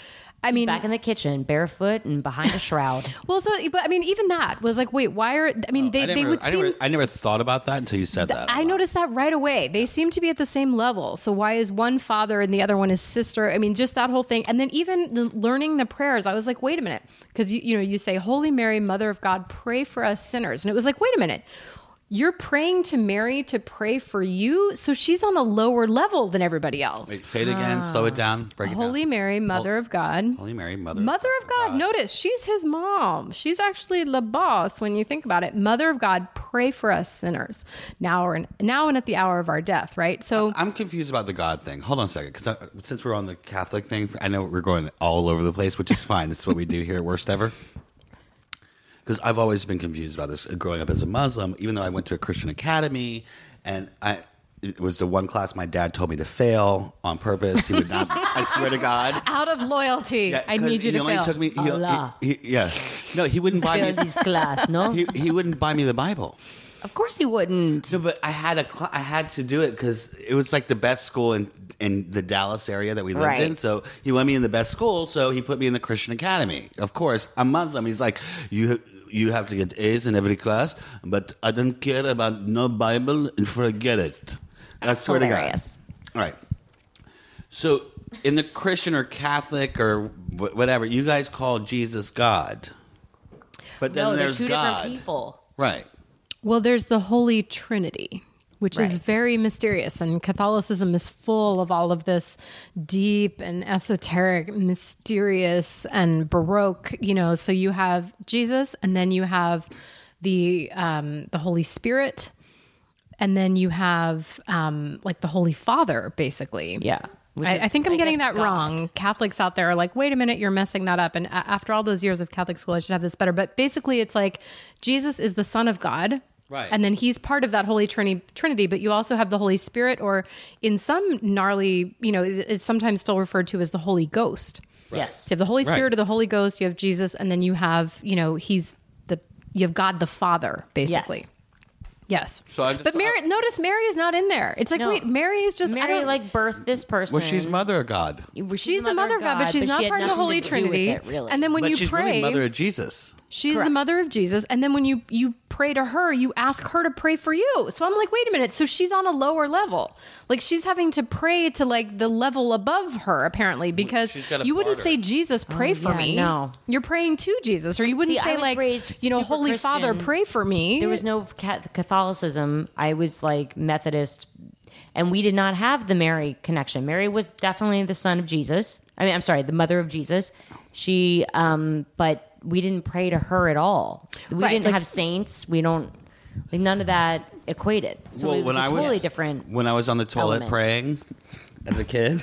Speaker 3: I mean,
Speaker 5: back in the kitchen, barefoot and behind a
Speaker 3: *laughs*
Speaker 5: shroud.
Speaker 3: well, so but I mean, even that was like, wait, why are? I mean, they,
Speaker 6: I,
Speaker 3: they
Speaker 6: never,
Speaker 3: would
Speaker 6: I,
Speaker 3: seem.
Speaker 6: never, I never thought about that until you said that.
Speaker 3: I noticed that right away. They seem to be at the same level. So why is one father and the other one is sister? I mean, just that whole thing. And then even the, learning the prayers, I was like, wait a minute, because you you know you say, Holy Mary, Mother of God, pray for us sinners, and it was like, wait a minute. You're praying to Mary to pray for you, so she's on a lower level than everybody else.
Speaker 6: Wait, say it again. Slow it down. Break it
Speaker 3: Holy
Speaker 6: down.
Speaker 3: Mary, Mother of God,
Speaker 6: Holy Mary, Mother,
Speaker 3: Mother of God. Notice she's his mom. She's actually the boss when you think about it. Mother of God, pray for us sinners now or in, now and at the hour of our death. Right. So
Speaker 6: I'm confused about the God thing. Hold on a second, because since we're on the Catholic thing, I know we're going all over the place, which is
Speaker 3: *laughs*
Speaker 6: fine. this is what we do here at Worst Ever. Because I've always been confused about this uh, growing up as a Muslim, even though I went to a Christian academy, and I it was the one class my dad told me to fail on purpose. He would not. I swear to
Speaker 3: *laughs*
Speaker 6: God.
Speaker 3: out of loyalty,
Speaker 6: Yeah,
Speaker 3: I
Speaker 6: 'cause
Speaker 3: need you
Speaker 6: he
Speaker 3: to
Speaker 6: only
Speaker 3: fail.
Speaker 6: took me. he- he-
Speaker 5: Allah.
Speaker 6: he- yeah, no, he wouldn't buy
Speaker 5: Failed
Speaker 6: me.
Speaker 5: his class, no?
Speaker 6: He, he wouldn't buy me the Bible.
Speaker 5: of course he wouldn't.
Speaker 6: No, but I had a cl- I had to do it because it was like the best school in in the Dallas area that we lived
Speaker 5: Right.
Speaker 6: in. So he wanted me in the best school, so he put me in the Christian Academy. Of course, I'm Muslim. He's like, you you have to get A's in every class, but I don't care about no Bible and forget it. I swear
Speaker 5: Hilarious.
Speaker 6: to God. All right. So in the Christian or Catholic or wh- whatever, you guys call Jesus God, but then
Speaker 5: no, they're
Speaker 6: there's
Speaker 5: two
Speaker 6: God,
Speaker 5: different people.
Speaker 6: right?
Speaker 3: Well, there's the Holy Trinity, which is
Speaker 5: Right.
Speaker 3: very mysterious, and Catholicism is full of all of this deep and esoteric, mysterious and baroque. You know, so you have Jesus, and then you have the um, the Holy Spirit, and then you have um, like the Holy Father, basically.
Speaker 5: Yeah. Which
Speaker 3: I,
Speaker 5: is-
Speaker 3: I think I'm
Speaker 5: I
Speaker 3: getting
Speaker 5: guess
Speaker 3: that
Speaker 5: God.
Speaker 3: wrong. Catholics out there are like, wait a minute, you're messing that up. And a- after all those years of Catholic school, I should have this better. But basically, it's like Jesus is the Son of God.
Speaker 6: Right.
Speaker 3: And then he's part of that Holy Trini- Trinity, but you also have the Holy Spirit, or in some gnarly, you know, it- it's sometimes still referred to as the Holy Ghost.
Speaker 5: Yes.
Speaker 3: You have the Holy
Speaker 6: Right.
Speaker 3: Spirit or the Holy Ghost, you have Jesus, and then you have, you know, he's the, you have God the Father, basically.
Speaker 5: Yes.
Speaker 3: Yes.
Speaker 6: So I just-
Speaker 3: but Mary, notice Mary is not in there. It's like,
Speaker 5: No.
Speaker 3: wait, Mary is just, I
Speaker 5: Mary
Speaker 3: don't-
Speaker 5: like birthed this person.
Speaker 6: Well, she's mother of God.
Speaker 5: She's,
Speaker 3: She's the mother of God, but she's not
Speaker 5: she had
Speaker 3: part of the
Speaker 5: nothing
Speaker 3: Holy
Speaker 5: to do with
Speaker 3: Trinity.
Speaker 5: it, really.
Speaker 3: And then when
Speaker 6: but
Speaker 3: you
Speaker 6: she's
Speaker 3: pray,
Speaker 6: really mother of Jesus.
Speaker 3: she's the
Speaker 5: Correct.
Speaker 3: mother of Jesus. And then when you you pray to her, you ask her to pray for you. So I'm like, wait a minute. So she's on a lower level. Like she's having to pray to like the level above her apparently because
Speaker 6: she's got a
Speaker 3: you wouldn't
Speaker 6: martyr.
Speaker 3: say Jesus pray for
Speaker 5: Oh, yeah,
Speaker 3: me.
Speaker 5: no.
Speaker 3: you're praying to Jesus, or you wouldn't
Speaker 5: See, I
Speaker 3: say
Speaker 5: was
Speaker 3: like
Speaker 5: raised
Speaker 3: you know
Speaker 5: super
Speaker 3: Holy Father
Speaker 5: Christian.
Speaker 3: pray for me.
Speaker 5: There was no ca- Catholicism. I was like Methodist, and we did not have the Mary connection. Mary was definitely the son of Jesus. I mean, I'm sorry, the mother of Jesus. She, um, but we didn't pray to her at all. We
Speaker 3: Right,
Speaker 5: didn't
Speaker 3: like-
Speaker 5: have saints. We don't. Like none of that equated. So it was a totally different.
Speaker 6: when I was on the toilet
Speaker 5: element.
Speaker 6: praying as a
Speaker 3: *laughs*
Speaker 6: kid,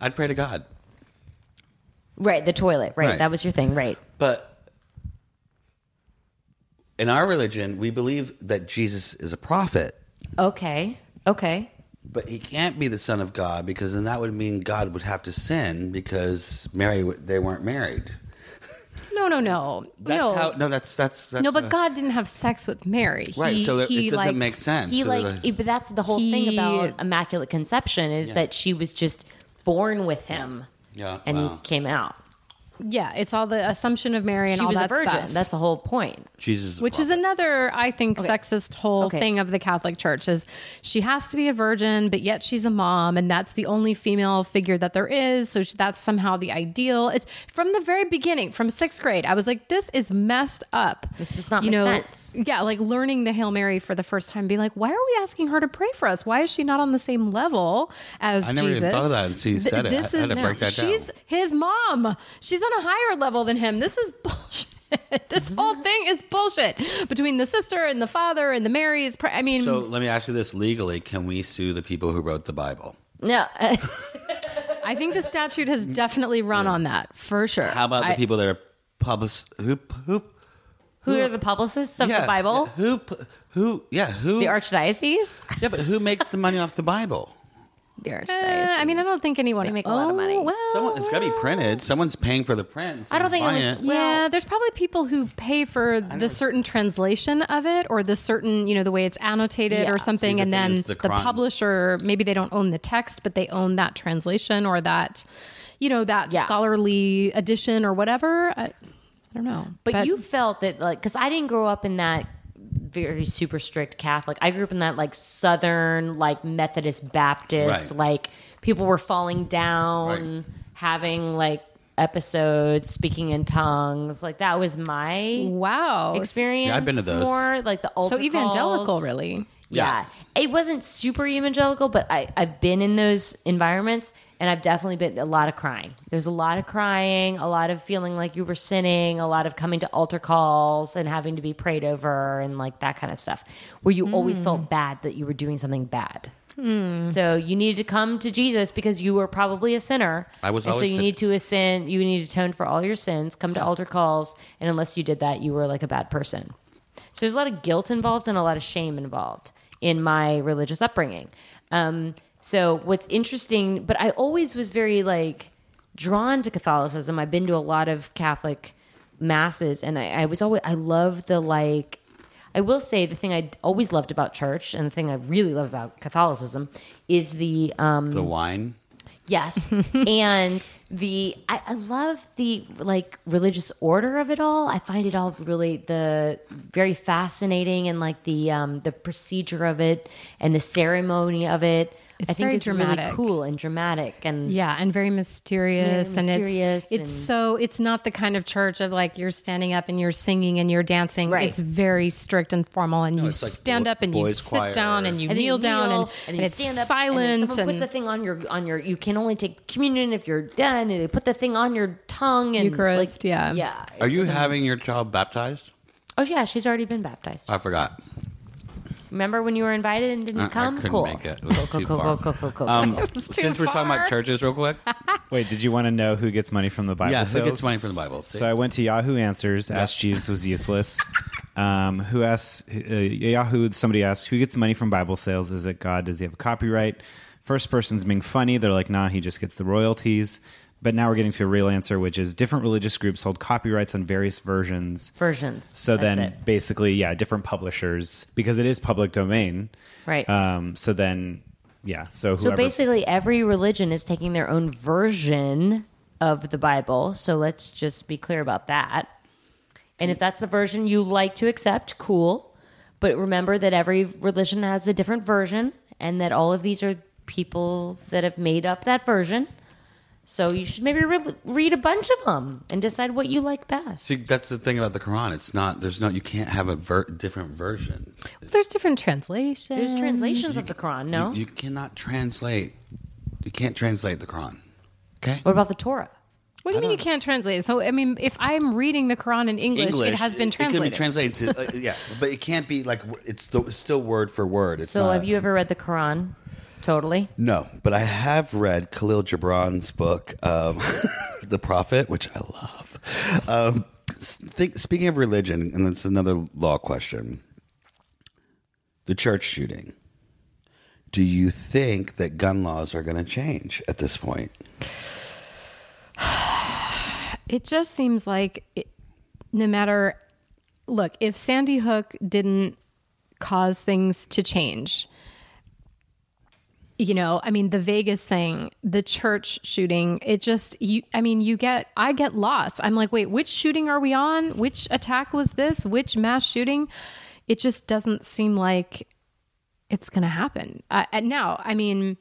Speaker 6: I'd pray to God.
Speaker 5: Right, the toilet. Right,
Speaker 6: Right.
Speaker 5: that was your thing. Right.
Speaker 6: But in our religion, we believe that Jesus is a prophet,
Speaker 5: Okay. Okay.
Speaker 6: but he can't be the son of God because then that would mean God would have to sin because Mary w- they weren't married.
Speaker 3: no, no, no,
Speaker 6: That's
Speaker 3: no.
Speaker 6: how no that's that's, that's
Speaker 3: no, but
Speaker 6: uh,
Speaker 3: God didn't have sex with Mary.
Speaker 6: right,
Speaker 3: He-
Speaker 6: so that,
Speaker 3: he,
Speaker 6: it doesn't
Speaker 3: like-
Speaker 6: make sense.
Speaker 5: he
Speaker 6: So
Speaker 5: like
Speaker 6: that-
Speaker 5: it- but that's the whole thing
Speaker 3: He-
Speaker 5: about immaculate conception is that she was just born with him
Speaker 6: Yeah,
Speaker 5: and
Speaker 6: wow.
Speaker 5: came out
Speaker 3: Yeah, it's all the assumption of Mary and
Speaker 5: she
Speaker 3: all
Speaker 5: was a
Speaker 3: that
Speaker 5: virgin
Speaker 3: stuff.
Speaker 5: that's the whole point
Speaker 6: Jesus a
Speaker 3: which is
Speaker 6: prophet.
Speaker 3: another i think sexist whole
Speaker 5: Okay.
Speaker 3: thing of the catholic church is she has to be a virgin but yet she's a mom and that's the only female figure that there is so she, that's somehow the ideal it's from the very beginning from sixth grade i was like this is messed up
Speaker 5: This does not
Speaker 3: you
Speaker 5: make
Speaker 3: know,
Speaker 5: sense.
Speaker 3: yeah like learning the hail mary for the first time be like why are we asking her to pray for us why is she not on the same level as
Speaker 6: I never even
Speaker 3: jesus
Speaker 6: thought of that until you
Speaker 3: Th-
Speaker 6: said it. I-
Speaker 3: this
Speaker 6: I had
Speaker 3: is
Speaker 6: to break that down.
Speaker 3: she's his mom. She's on a higher level than him. This is *laughs* bullshit. this whole thing is bullshit between the sister and the father and the Mary is. Pre- I mean,
Speaker 6: So let me ask you this legally, can we sue the people who wrote the Bible?
Speaker 5: no
Speaker 3: I think the statute has definitely run on that for sure.
Speaker 6: How about
Speaker 3: I-
Speaker 6: the people that are public who who
Speaker 5: *laughs* who are the publicists of
Speaker 6: yeah,
Speaker 5: the bible
Speaker 6: Who pu- who yeah, who
Speaker 5: the archdiocese
Speaker 6: Yeah, but who makes the money off the Bible?
Speaker 5: the archdiocese
Speaker 3: Uh, I mean, I don't think anyone.
Speaker 5: They make a lot of money.
Speaker 3: Oh, Well,
Speaker 6: Someone it's got to be printed. Someone's paying for the print.
Speaker 5: I don't think it
Speaker 6: Someone's
Speaker 5: was-
Speaker 6: buying
Speaker 3: yeah,
Speaker 5: Well-
Speaker 3: there's probably people who pay for the certain translation of it or the certain, you know, the way it's annotated
Speaker 5: Yeah.
Speaker 3: or
Speaker 5: See,
Speaker 3: something.
Speaker 6: the
Speaker 3: and
Speaker 6: thing
Speaker 3: then
Speaker 6: is
Speaker 3: the,
Speaker 6: the crime-
Speaker 3: publisher, maybe they don't own the text, but they own that translation or that. you know, that
Speaker 5: Yeah.
Speaker 3: scholarly edition or whatever. I, I don't know.
Speaker 5: But, you felt that like because I didn't grow up in that very super strict Catholic. I grew up in that like Southern like Methodist Baptist
Speaker 6: Right.
Speaker 5: like people were falling down,
Speaker 6: Right.
Speaker 5: having like episodes, speaking in tongues. Like that was my
Speaker 3: wow.
Speaker 5: experience.
Speaker 6: Yeah, I've been to those.
Speaker 5: More like the altar
Speaker 3: So evangelical,
Speaker 5: calls.
Speaker 3: really.
Speaker 5: Yeah. It wasn't super evangelical, but I, I've been in those environments and I've definitely been a lot of crying. There's a lot of crying, a lot of feeling like you were sinning, a lot of coming to altar calls and having to be prayed over and like that kind of stuff where you always
Speaker 6: Mm.
Speaker 5: felt bad that you were doing something bad.
Speaker 6: Hmm.
Speaker 5: So you needed to come to Jesus because you were probably a sinner.
Speaker 6: I was
Speaker 5: and so
Speaker 6: always
Speaker 5: you
Speaker 6: sin-
Speaker 5: need to ascend, you need to atone for all your sins, come to altar calls, and unless you did that, you were like a bad person. So there's a lot of guilt involved and a lot of shame involved in my religious upbringing. Um, so what's interesting, but I always was very like drawn to Catholicism. I've been to a lot of Catholic masses, and I, I was always I love the like. I will say the thing I always loved about church, and the thing I really love about Catholicism, is the um,
Speaker 6: The wine.
Speaker 5: Yes. and the I, I love the like religious order of it all. I find it all really the very fascinating and like the um the procedure of it and the ceremony of it. I
Speaker 3: It's
Speaker 5: think
Speaker 3: very
Speaker 5: it's really
Speaker 3: dramatic.
Speaker 5: cool and dramatic and
Speaker 3: Yeah, and very mysterious,
Speaker 5: Very mysterious
Speaker 3: and it's it's
Speaker 5: and-
Speaker 3: so it's not the kind of church of like you're standing up and you're singing and you're dancing.
Speaker 5: Right.
Speaker 3: It's very strict and formal, and you
Speaker 6: it's like
Speaker 3: stand
Speaker 6: bo-
Speaker 3: up and you
Speaker 6: boys
Speaker 3: sit
Speaker 6: choir.
Speaker 3: down and you
Speaker 5: And then
Speaker 3: kneel
Speaker 5: you
Speaker 3: down and,
Speaker 5: kneel,
Speaker 3: and,
Speaker 5: you
Speaker 3: it's
Speaker 5: stand up, And
Speaker 3: silent
Speaker 5: then someone puts the thing on your on your. You can only take communion if you're done. And they put the thing on your tongue and like,
Speaker 3: Eucharist, yeah.
Speaker 5: yeah.
Speaker 6: Are you having your child baptized?
Speaker 5: Oh yeah, she's already been baptized.
Speaker 6: I forgot.
Speaker 5: Remember when you were invited and didn't
Speaker 6: Uh, I- I
Speaker 5: come?
Speaker 6: couldn't
Speaker 5: cool.
Speaker 6: make it. It was
Speaker 5: cool,
Speaker 6: too
Speaker 5: cool,
Speaker 6: far.
Speaker 5: cool, cool, cool, cool.
Speaker 6: Um,
Speaker 3: too
Speaker 6: since we're talking
Speaker 3: far.
Speaker 6: about churches, real
Speaker 7: *laughs*
Speaker 6: quick.
Speaker 7: Wait, did you want to know who gets money from the Bible?
Speaker 6: yeah, who
Speaker 7: sales?
Speaker 6: gets money from the Bible? See?
Speaker 7: So I went to Yahoo Answers, asked Jeeves was useless. Um, who asks uh, Yahoo? Somebody asked who gets money from Bible sales? Is it God? Does he have a copyright? First person's being funny. They're like, nah, he just gets the royalties. But now we're getting to a real answer, which is different religious groups hold copyrights on various versions.
Speaker 5: Versions.
Speaker 7: So
Speaker 5: That's
Speaker 7: then,
Speaker 5: it.
Speaker 7: basically, yeah, different publishers because it is public domain.
Speaker 5: Right.
Speaker 7: Um, so then, yeah. So
Speaker 5: So
Speaker 7: whoever,
Speaker 5: basically, every religion is taking their own version of the Bible. So let's just be clear about that. And if that's the version you like to accept, cool. But remember that every religion has a different version, and that all of these are people that have made up that version. So you should maybe re- read a bunch of them and decide what you like best.
Speaker 6: See, that's the thing about the Quran. It's not. There's no. You can't have a ver- different version.
Speaker 3: There's different translations.
Speaker 5: There's translations of the Quran. No,
Speaker 6: Mm, You cannot translate. You can't translate the Quran. Okay.
Speaker 5: what about the Torah?
Speaker 3: what do you mean you can't translate? So I mean, if I'm reading the Quran in English, it has been
Speaker 6: It can
Speaker 3: translated.
Speaker 6: be translated to. Uh, yeah, but it can't be like w- it's th- still word for word. It's
Speaker 5: So
Speaker 6: not,
Speaker 5: have you ever read the Quran? Totally.
Speaker 6: No, but I have read Khalil Gibran's book, um, *laughs* The Prophet, which I love. Um, s- think, speaking of religion, and that's another law question the church shooting. Do you think that gun laws are going to change at this point?
Speaker 3: It just seems like it, no matter, look, if Sandy Hook didn't cause things to change, you know, I mean, the Vegas thing, the church shooting, it just, you, I mean, you get, I get lost. I'm like, wait, which shooting are we on? Which attack was this? Which mass shooting? It just doesn't seem like it's going to happen. Uh, and now, I mean,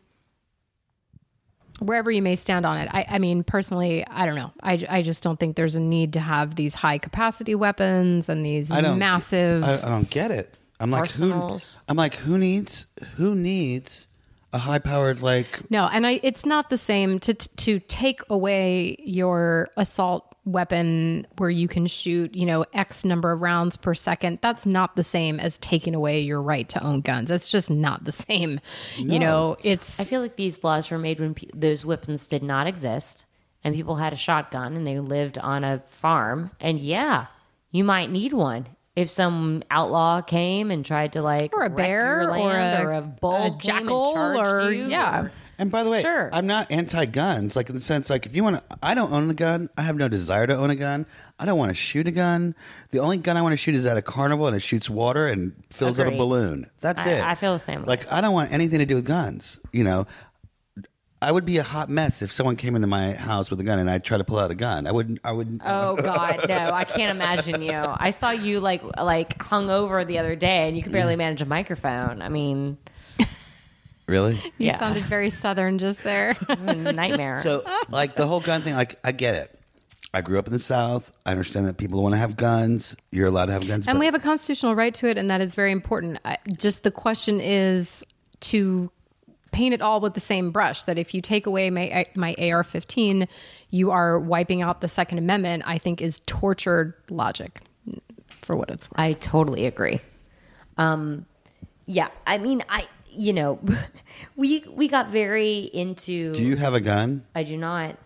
Speaker 3: wherever you may stand on it. I, I mean, personally, I don't know. I, I just don't think there's a need to have these high capacity weapons and these
Speaker 6: I don't.
Speaker 3: massive.
Speaker 6: I, I don't get it. I'm like
Speaker 5: Arsenals.
Speaker 6: who? I'm like who needs who needs a high powered like
Speaker 3: no, and I, it's not the same to to take away your assault weapon where you can shoot, you know, X number of rounds per second. That's not the same as taking away your right to own guns. That's just not the same. You know, it's
Speaker 5: I feel like these laws were made when pe- those weapons did not exist and people had a shotgun and they lived on a farm. And yeah, you might need one if some outlaw came and tried to like
Speaker 3: or a
Speaker 5: wreck
Speaker 3: bear
Speaker 5: your
Speaker 3: or a,
Speaker 5: land, or a bull came
Speaker 3: a
Speaker 5: and
Speaker 3: jackal
Speaker 5: charged
Speaker 3: or
Speaker 5: you,
Speaker 3: yeah.
Speaker 5: or-
Speaker 6: And by the way,
Speaker 5: Sure.
Speaker 6: I'm not anti-guns. Like in the sense, like if you want to, I don't own a gun. I have no desire to own a gun. I don't want to shoot a gun. The only gun I want to shoot is at a carnival and it shoots water and fills up a
Speaker 5: Agreed.
Speaker 6: balloon. That's
Speaker 5: I-
Speaker 6: it.
Speaker 5: I feel the same way.
Speaker 6: Like I don't want anything to do with guns. You know, I would be a hot mess if someone came into my house with a gun and I tried to pull out a gun. I wouldn't. I wouldn't.
Speaker 5: Oh God, no! I can't imagine you. I saw you like like hung over the other day, and you could barely manage a microphone. I mean,
Speaker 6: really?
Speaker 3: You
Speaker 5: Yeah.
Speaker 3: sounded very southern
Speaker 5: *laughs*
Speaker 3: just there.
Speaker 5: nightmare.
Speaker 6: So, like the whole gun thing, like I get it. I grew up in the South. I understand that people want to have guns. You're allowed to have guns.
Speaker 3: and
Speaker 6: but-
Speaker 3: we have a constitutional right to it, and that is very important. I, just the question is to paint it all with the same brush. That if you take away my my AR-15, you are wiping out the Second Amendment. I think is tortured logic, for what it's worth.
Speaker 5: I totally agree. Um, yeah, I mean, I you know, *laughs* we we got very into.
Speaker 6: do you have a gun?
Speaker 5: I do not.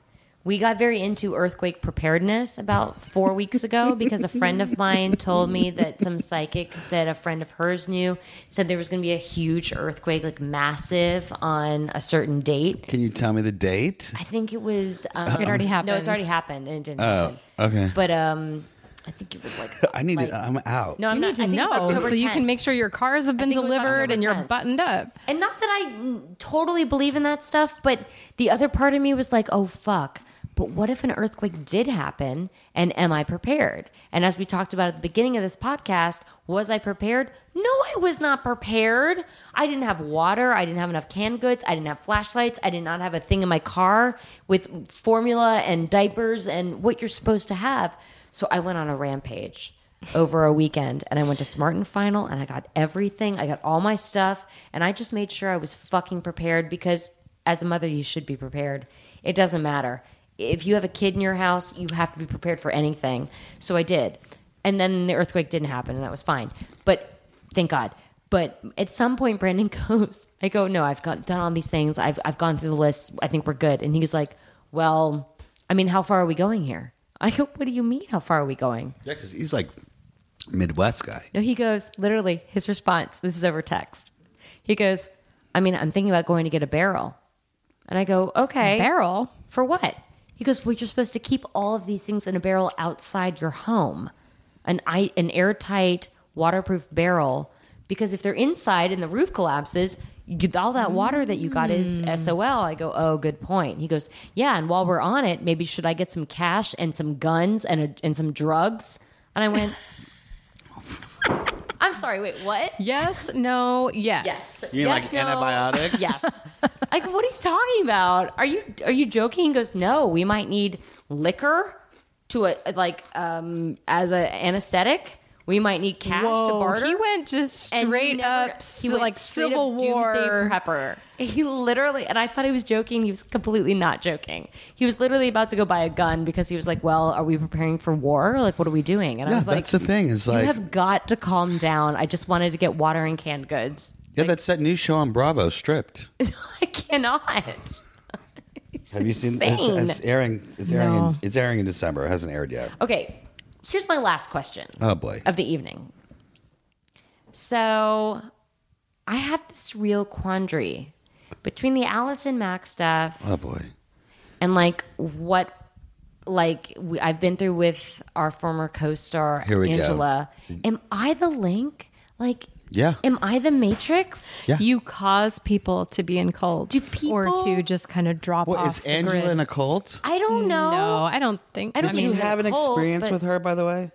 Speaker 5: We got very into earthquake preparedness about four weeks ago because a friend of mine told me that some psychic that a friend of hers knew said there was going to be a huge earthquake, like massive, on a certain date.
Speaker 6: Can you tell me the date?
Speaker 5: I think it was. Um,
Speaker 3: It
Speaker 5: No,
Speaker 3: already
Speaker 5: it's
Speaker 3: happened.
Speaker 5: already happened, and it didn't. happen.
Speaker 6: Okay.
Speaker 5: But um, I think it was like.
Speaker 6: Oh. *laughs* I need.
Speaker 5: like-
Speaker 6: to, I'm out.
Speaker 5: no, I'm
Speaker 3: you
Speaker 5: not.
Speaker 3: need to
Speaker 5: I think it was
Speaker 3: know
Speaker 5: October
Speaker 3: so you
Speaker 5: 10th.
Speaker 3: can make sure your cars have been
Speaker 5: think it was
Speaker 3: delivered
Speaker 5: October
Speaker 3: and you're
Speaker 5: 10th.
Speaker 3: buttoned up.
Speaker 5: And not that I mm, totally believe in that stuff, but the other part of me was like, oh, fuck. But what if an earthquake did happen and am I prepared? And as we talked about at the beginning of this podcast, was I prepared? No, I was not prepared. I didn't have water. I didn't have enough canned goods. I didn't have flashlights. I did not have a thing in my car with formula and diapers and what you're supposed to have. So I went on a rampage over a weekend and I went to Smart and Final and I got everything. I got all my stuff and I just made sure I was fucking prepared because as a mother, you should be prepared. It doesn't matter. If you have a kid in your house, you have to be prepared for anything. So I did. And then the earthquake didn't happen and that was fine. But thank God. But at some point, Brandon *laughs* goes, I go, no, I've got, done all these things. I've, I've gone through the list. I think we're good. And he's like, well, I mean, how far are we going here? I go, what do you mean? How far are we going?
Speaker 6: Yeah, because he's like Midwest guy.
Speaker 5: No, he goes, literally, his response, this is over text. He goes, I mean, I'm thinking about going to get a barrel. And I go, okay.
Speaker 3: Barrel.
Speaker 5: For what? He goes, well, you're supposed to keep all of these things in a barrel outside your home, an, i- an airtight, waterproof barrel, because if they're inside and the roof collapses, you, all that water that you got is SOL. I go, oh, good point. He goes, yeah, and while we're on it, maybe should I get some cash and some guns and, a, and some drugs? And I went, I'm sorry, wait, what?
Speaker 3: Yes, no, yes.
Speaker 5: Yes.
Speaker 6: You mean
Speaker 5: yes,
Speaker 6: like
Speaker 5: no.
Speaker 6: antibiotics?
Speaker 5: Yes. like, what are you talking about? Are you are you joking? He goes, no, we might need liquor to a like um as a anesthetic. We might need cash to
Speaker 3: Whoa,
Speaker 5: barter.
Speaker 3: he went just
Speaker 5: And
Speaker 3: straight
Speaker 5: never-
Speaker 3: up,
Speaker 5: he
Speaker 3: so
Speaker 5: went
Speaker 3: like
Speaker 5: straight
Speaker 3: Civil
Speaker 5: up
Speaker 3: War.
Speaker 5: doomsday prepper. He literally, and I thought he was joking. He was completely not joking. He was literally about to go buy a gun because he was like, "Well, are we preparing for war? Like, what are we doing?" And I
Speaker 6: Yeah,
Speaker 5: was like,
Speaker 6: that's the thing. Is like
Speaker 5: "You have got to calm down. I just wanted to get water and canned goods.
Speaker 6: yeah, that's that new show on Bravo, Stripped.
Speaker 5: *laughs* I cannot."
Speaker 6: Have you seen?
Speaker 5: insane.
Speaker 6: It's, it's airing. It's airing.
Speaker 3: No.
Speaker 6: In, it's airing in December. It hasn't aired yet.
Speaker 5: Okay, here's my last question.
Speaker 6: Oh boy.
Speaker 5: of the evening. So I have this real quandary between the Allison Mack stuff
Speaker 6: Oh boy.
Speaker 5: and like what like we, I've been through with our former co-star
Speaker 6: Here we go.
Speaker 5: Angela. Am I the link? Like
Speaker 6: Yeah.
Speaker 5: Am I the Matrix?
Speaker 6: Yeah.
Speaker 3: You cause people to be in cults
Speaker 5: Do
Speaker 3: or to
Speaker 5: people-
Speaker 3: just kind of drop
Speaker 6: What
Speaker 3: off.
Speaker 6: is
Speaker 3: the
Speaker 6: Angela
Speaker 3: grid.
Speaker 6: in a cult?
Speaker 5: I don't know.
Speaker 3: No, I don't think. I
Speaker 5: don't
Speaker 3: don't
Speaker 5: think
Speaker 3: mean,
Speaker 5: she's- have an cult, experience but- with
Speaker 6: her, by the way?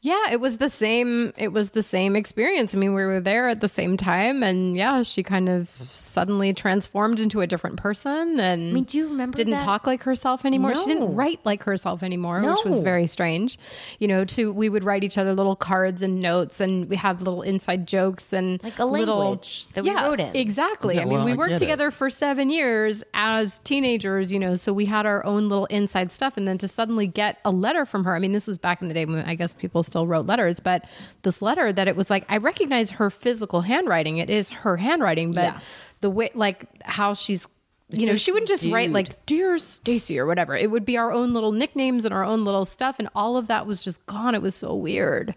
Speaker 3: yeah, it was the same. It was the same experience. I mean, we were there at the same time, and yeah, she kind of suddenly transformed into a different person, and
Speaker 5: mean, do you remember
Speaker 3: didn't
Speaker 5: that?
Speaker 3: talk like herself anymore. She
Speaker 5: No.
Speaker 3: didn't write like herself anymore, which
Speaker 5: No.
Speaker 3: was very strange. You know, to we would write each other little cards and notes, and we have little inside jokes and
Speaker 5: Like a
Speaker 3: little-
Speaker 5: language that we
Speaker 3: yeah,
Speaker 5: wrote in.
Speaker 3: Exactly.
Speaker 6: Yeah,
Speaker 3: I mean,
Speaker 6: well,
Speaker 3: we
Speaker 6: I
Speaker 3: worked
Speaker 6: get it.
Speaker 3: together for seven years as teenagers, you know, so we had our own little inside stuff. And then to suddenly get a letter from her, I mean, this was back in the day when I guess people still wrote letters, but this letter that it was like, I recognize her physical handwriting. It is her handwriting, but the way, like, how she's. You know,
Speaker 5: so
Speaker 3: she wouldn't just write like "Dear Stacy" or whatever. It would be our own little nicknames and our own little stuff, and all of that was just gone. It was so weird.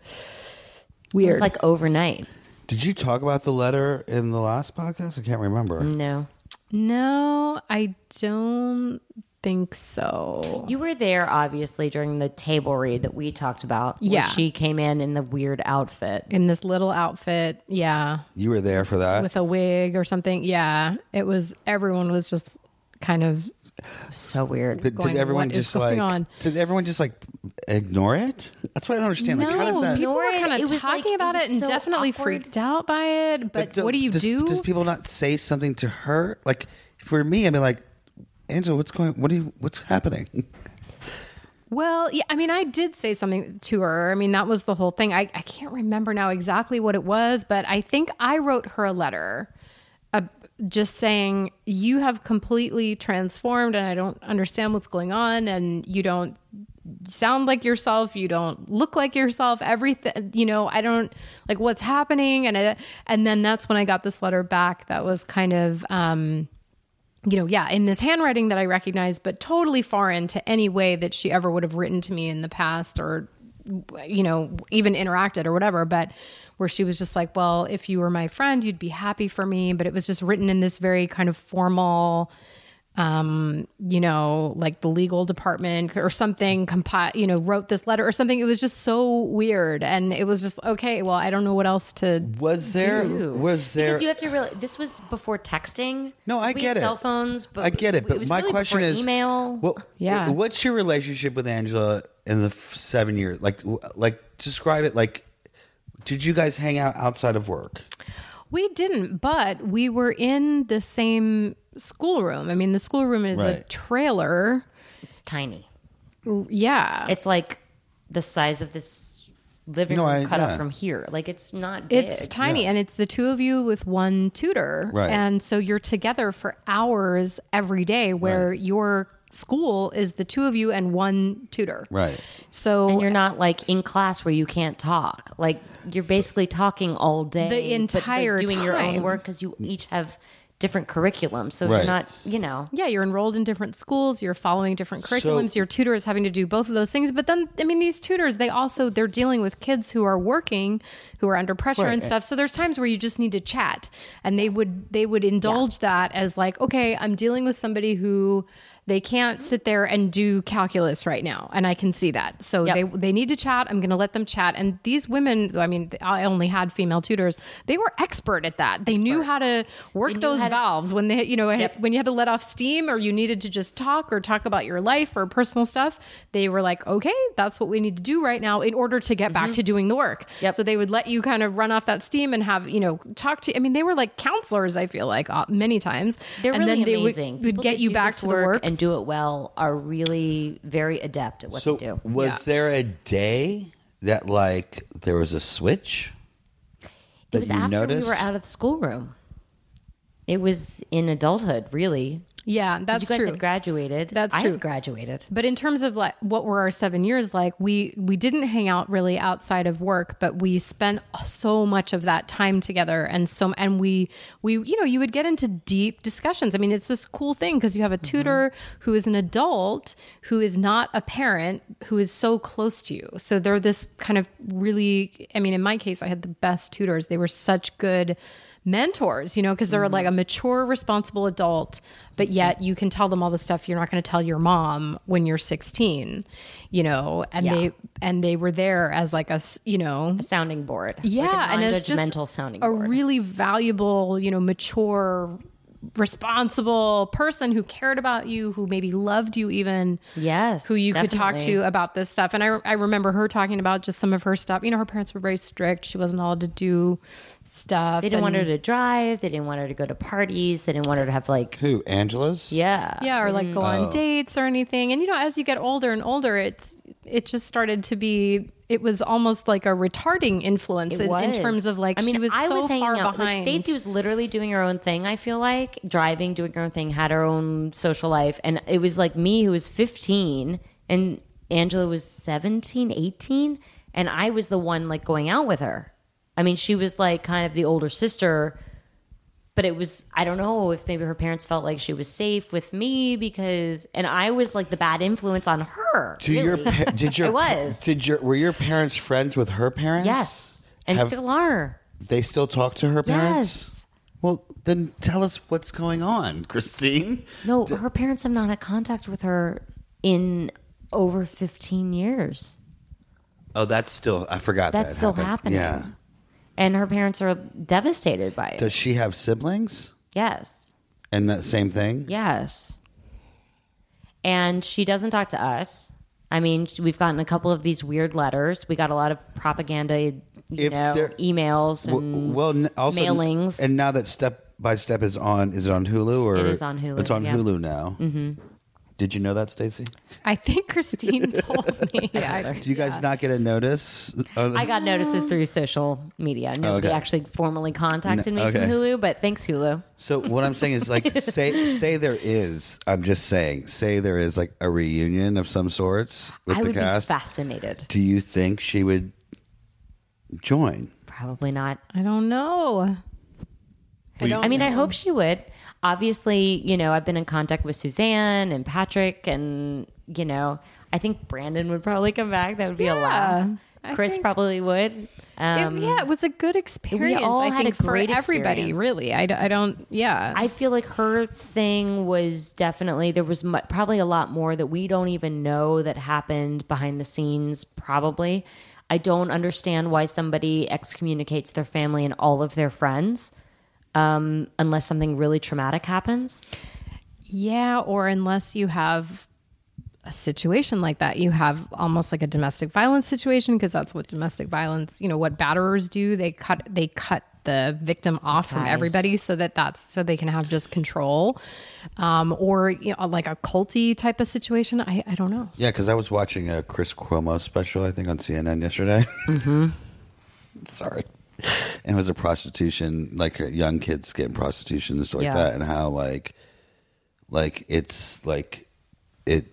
Speaker 5: It
Speaker 3: Weird.
Speaker 5: was like overnight.
Speaker 6: Did you talk about the letter in the last podcast? I can't remember.
Speaker 3: Mm.
Speaker 5: No.
Speaker 3: No, I don't think so.
Speaker 5: You were there obviously during the table read that we talked about. where
Speaker 3: Yeah.
Speaker 5: She came in in the weird outfit.
Speaker 3: In this little outfit, yeah,
Speaker 6: You were there for that.
Speaker 3: with a wig or something. Yeah, it was everyone was just kind of
Speaker 5: so weird.
Speaker 6: But
Speaker 3: going,
Speaker 6: did everyone
Speaker 3: "What is
Speaker 6: just
Speaker 3: going
Speaker 6: like?
Speaker 3: on?"
Speaker 6: Did everyone just like ignore it? That's what I don't understand. like, how does that?
Speaker 3: people were
Speaker 5: Ignored.
Speaker 3: kind
Speaker 5: It
Speaker 3: of
Speaker 5: was
Speaker 3: talking
Speaker 5: like- it
Speaker 3: about it,
Speaker 5: was
Speaker 3: and
Speaker 5: so
Speaker 3: definitely
Speaker 5: awkward.
Speaker 3: freaked out by it. But, what do you
Speaker 6: does,
Speaker 3: do?
Speaker 6: Does people not say something to her? Like for me, I mean, like Angela, what's going? What do you? What's happening?
Speaker 3: Well, yeah, I mean, I did say something to her. I mean, that was the whole thing. I, I can't remember now exactly what it was, but I think I wrote her a letter uh, just saying, You have completely transformed, and I don't understand what's going on, and you don't sound like yourself you don't look like yourself everything you know i don't like what's happening and I, and then that's when i got this letter back that was kind of um you know, yeah, in this handwriting that I recognize, but totally foreign to any way that she ever would have written to me in the past or, you know, even interacted or whatever. But where she was just like, well, if you were my friend, you'd be happy for me. But it was just written in this very kind of formal, um, you know, like the legal department or something, compi- you know, wrote this letter or something. It was just so weird. And it was just, okay, well, I don't know what else to.
Speaker 6: Was there? Was there?
Speaker 5: Because you have to realize this was before texting.
Speaker 6: No, I
Speaker 5: We
Speaker 6: get
Speaker 5: had
Speaker 6: it.
Speaker 5: Cell phones, but
Speaker 6: I get it. But
Speaker 5: was
Speaker 6: my
Speaker 5: really
Speaker 6: question
Speaker 5: before
Speaker 6: is,
Speaker 5: email.
Speaker 6: Well,
Speaker 3: Yeah.
Speaker 6: yeah. What's your relationship with Angela in the f- seven years? Like, w- like describe it. Like, did you guys hang out outside of work?
Speaker 3: We didn't, but we were in the same schoolroom. I mean, the schoolroom is a
Speaker 6: Right.
Speaker 3: trailer.
Speaker 5: it's tiny.
Speaker 3: Yeah.
Speaker 5: It's like the size of this living
Speaker 6: No,
Speaker 5: room
Speaker 6: I-
Speaker 5: cut
Speaker 6: yeah.
Speaker 5: off from here. Like it's not big.
Speaker 3: It's tiny, and it's the two of you with one tutor.
Speaker 6: Right.
Speaker 3: And so you're together for hours every day where your school is the two of you and one tutor.
Speaker 6: Right.
Speaker 3: So
Speaker 5: and you're not like in class where you can't talk. Like you're basically talking all day,
Speaker 3: The
Speaker 5: but, like,
Speaker 3: entire
Speaker 5: doing your
Speaker 3: time.
Speaker 5: own work because you each have different curriculum. So
Speaker 6: Right.
Speaker 5: you're not, you know,
Speaker 3: yeah, you're enrolled in different schools, you're following different curriculums, your tutor is having to do both of those things. But then I mean these tutors, they also they're dealing with kids who are working, who are under pressure and stuff. So there's times where you just need to chat. And they would they would indulge that as like, okay, I'm dealing with somebody who they can't sit there and do calculus right now. And I can see that. So
Speaker 5: Yep.
Speaker 3: they they need to chat. I'm going to let them chat. And these women, I mean, I only had female tutors. They were expert at that. They knew how to work those
Speaker 5: how to-
Speaker 3: valves when they, you know,
Speaker 5: Yep.
Speaker 3: when you had to let off steam or you needed to just talk or talk about your life or personal stuff. They were like, okay, that's what we need to do right now in order to get back to doing the work.
Speaker 5: Mm-hmm. Yep.
Speaker 3: So they would let you kind of run off that steam and have you know talk to. I mean, they were like counselors. I feel like uh, many times.
Speaker 5: they're
Speaker 3: and
Speaker 5: really
Speaker 3: then they would-
Speaker 5: amazing.
Speaker 3: Would,
Speaker 5: People
Speaker 3: get
Speaker 5: that
Speaker 3: you
Speaker 5: do
Speaker 3: back
Speaker 5: this
Speaker 3: to the work.
Speaker 5: and do it well are really very adept at what
Speaker 6: So
Speaker 5: they do.
Speaker 6: was there a day that like there was a switch?
Speaker 5: It was
Speaker 6: that you
Speaker 5: after
Speaker 6: noticed?
Speaker 5: we were out of the schoolroom. It was in adulthood, really.
Speaker 3: yeah,
Speaker 5: 'Cause
Speaker 3: that's
Speaker 5: you guys
Speaker 3: true.
Speaker 5: had graduated.
Speaker 3: That's
Speaker 5: I
Speaker 3: true.
Speaker 5: Had graduated.
Speaker 3: But in terms of like what were our seven years like, we we didn't hang out really outside of work, but we spent so much of that time together, and so and we we you know you would get into deep discussions. I mean, it's this cool thing because you have a tutor who is an adult who is not a parent who is so close to you. So they're this kind of really. I mean, in my case, I had the best tutors. They were such good mentors, you know, because they're
Speaker 5: Mm-hmm.
Speaker 3: like a mature, responsible adult, but yet you can tell them all the stuff you're not going to tell your mom when you're 16, you know, and
Speaker 5: Yeah.
Speaker 3: they and they were there as like a, s- you know,
Speaker 5: Sounding board.
Speaker 3: yeah,
Speaker 5: like
Speaker 3: and
Speaker 5: a
Speaker 3: it's just
Speaker 5: non-judgmental sounding
Speaker 3: a
Speaker 5: board.
Speaker 3: really valuable, you know, mature, responsible person who cared about you, who maybe loved you even.
Speaker 5: Yes,
Speaker 3: Who you could talk
Speaker 5: definitely.
Speaker 3: to about this stuff. And I, I remember her talking about just some of her stuff. You know, her parents were very strict. She wasn't allowed to do stuff.
Speaker 5: They didn't
Speaker 3: and-
Speaker 5: want her to drive. They didn't want her to go to parties. They didn't want her to have like
Speaker 6: Who Angela's?
Speaker 5: yeah.
Speaker 3: yeah or like go
Speaker 6: Mm.
Speaker 3: on dates or anything and you know as you get older and older it's it just started to be it was almost like a retarding influence in, in
Speaker 5: was.
Speaker 3: terms of like
Speaker 5: I mean,
Speaker 3: she was
Speaker 5: I
Speaker 3: so
Speaker 5: was hanging
Speaker 3: far
Speaker 5: out.
Speaker 3: behind
Speaker 5: Like Stacey was literally doing her own thing. I feel like driving, doing her own thing, had her own social life, and it was like me who was 15 and Angela was 17, 18, and I was the one like going out with her. I mean, she was like kind of the older sister, but it was I don't know if maybe her parents felt like she was safe with me because, and I was like the bad influence on her.
Speaker 6: Do your pa-
Speaker 5: *laughs*
Speaker 6: did your
Speaker 5: I was.
Speaker 6: did your were your parents friends with her parents?
Speaker 5: Yes, and
Speaker 6: Have-
Speaker 5: still are.
Speaker 6: They still talk to her
Speaker 5: Yes.
Speaker 6: parents. Well, then tell us what's going on, *laughs* Christine.
Speaker 5: No, her parents have not had contact with her in over 15 years.
Speaker 6: Oh, that's still I forgot
Speaker 5: That's
Speaker 6: that
Speaker 5: still
Speaker 6: happened.
Speaker 5: happening.
Speaker 6: Yeah.
Speaker 5: And her parents are devastated by it.
Speaker 6: Does she have siblings?
Speaker 5: yes.
Speaker 6: And that same thing?
Speaker 5: Yes. and she doesn't talk to us. I mean, we've gotten a couple of these weird letters. We got a lot of propaganda, you
Speaker 6: If
Speaker 5: know,
Speaker 6: there-
Speaker 5: emails and
Speaker 6: well, n- also
Speaker 5: Mm, mailings.
Speaker 6: and now that Step by Step is on, is it on Hulu or
Speaker 5: It is on Hulu,
Speaker 6: It's on
Speaker 5: yeah.
Speaker 6: Hulu now. Mm-hmm. Did you know that, Stacy?
Speaker 3: I think
Speaker 5: *laughs*
Speaker 3: Christine told me. yeah,
Speaker 6: Do you guys not get a notice? Uh,
Speaker 5: I got notices through social media. Nobody
Speaker 6: Oh, Okay.
Speaker 5: actually formally contacted me
Speaker 6: No-
Speaker 5: from
Speaker 6: okay.
Speaker 5: Hulu, but thanks Hulu.
Speaker 6: so what I'm saying
Speaker 5: *laughs*
Speaker 6: is like say say there is. I'm just saying say there is like a reunion of some sorts with
Speaker 5: I
Speaker 6: the
Speaker 5: would
Speaker 6: cast.
Speaker 5: be fascinated.
Speaker 6: Do you think she would join?
Speaker 5: Probably not.
Speaker 3: I don't know.
Speaker 5: I mean, I hope she would. Obviously, you know, I've been in contact with Suzanne and Patrick, and you know, I think Brandon would probably come back. That would be a laugh.
Speaker 3: I
Speaker 5: Chris
Speaker 3: think-
Speaker 5: probably would. Um,
Speaker 3: it, yeah, it was a good experience.
Speaker 5: all
Speaker 3: I
Speaker 5: had a
Speaker 3: think for
Speaker 5: great
Speaker 3: everybody,
Speaker 5: experience.
Speaker 3: really. I, d- I don't. Yeah,
Speaker 5: I feel like her thing was definitely there was mu- probably a lot more that we don't even know that happened behind the scenes. Probably, I don't understand why somebody excommunicates their family and all of their friends um, unless something really traumatic happens.
Speaker 3: yeah. Or unless you have a situation like that, you have almost like a domestic violence situation because that's what domestic violence. You know what batterers do? They cut. They cut the victim off from
Speaker 5: Ties.
Speaker 3: everybody so that that's so they can have just control um or you know, like a culty type of situation i i don't know
Speaker 6: Yeah, because I was watching a Chris Cuomo special, I think, on CNN yesterday. Mm-hmm. *laughs* Sorry. And it was a prostitution, like uh, young kids getting prostitution and stuff like
Speaker 5: Yeah.
Speaker 6: that, and how like, like it's like, it,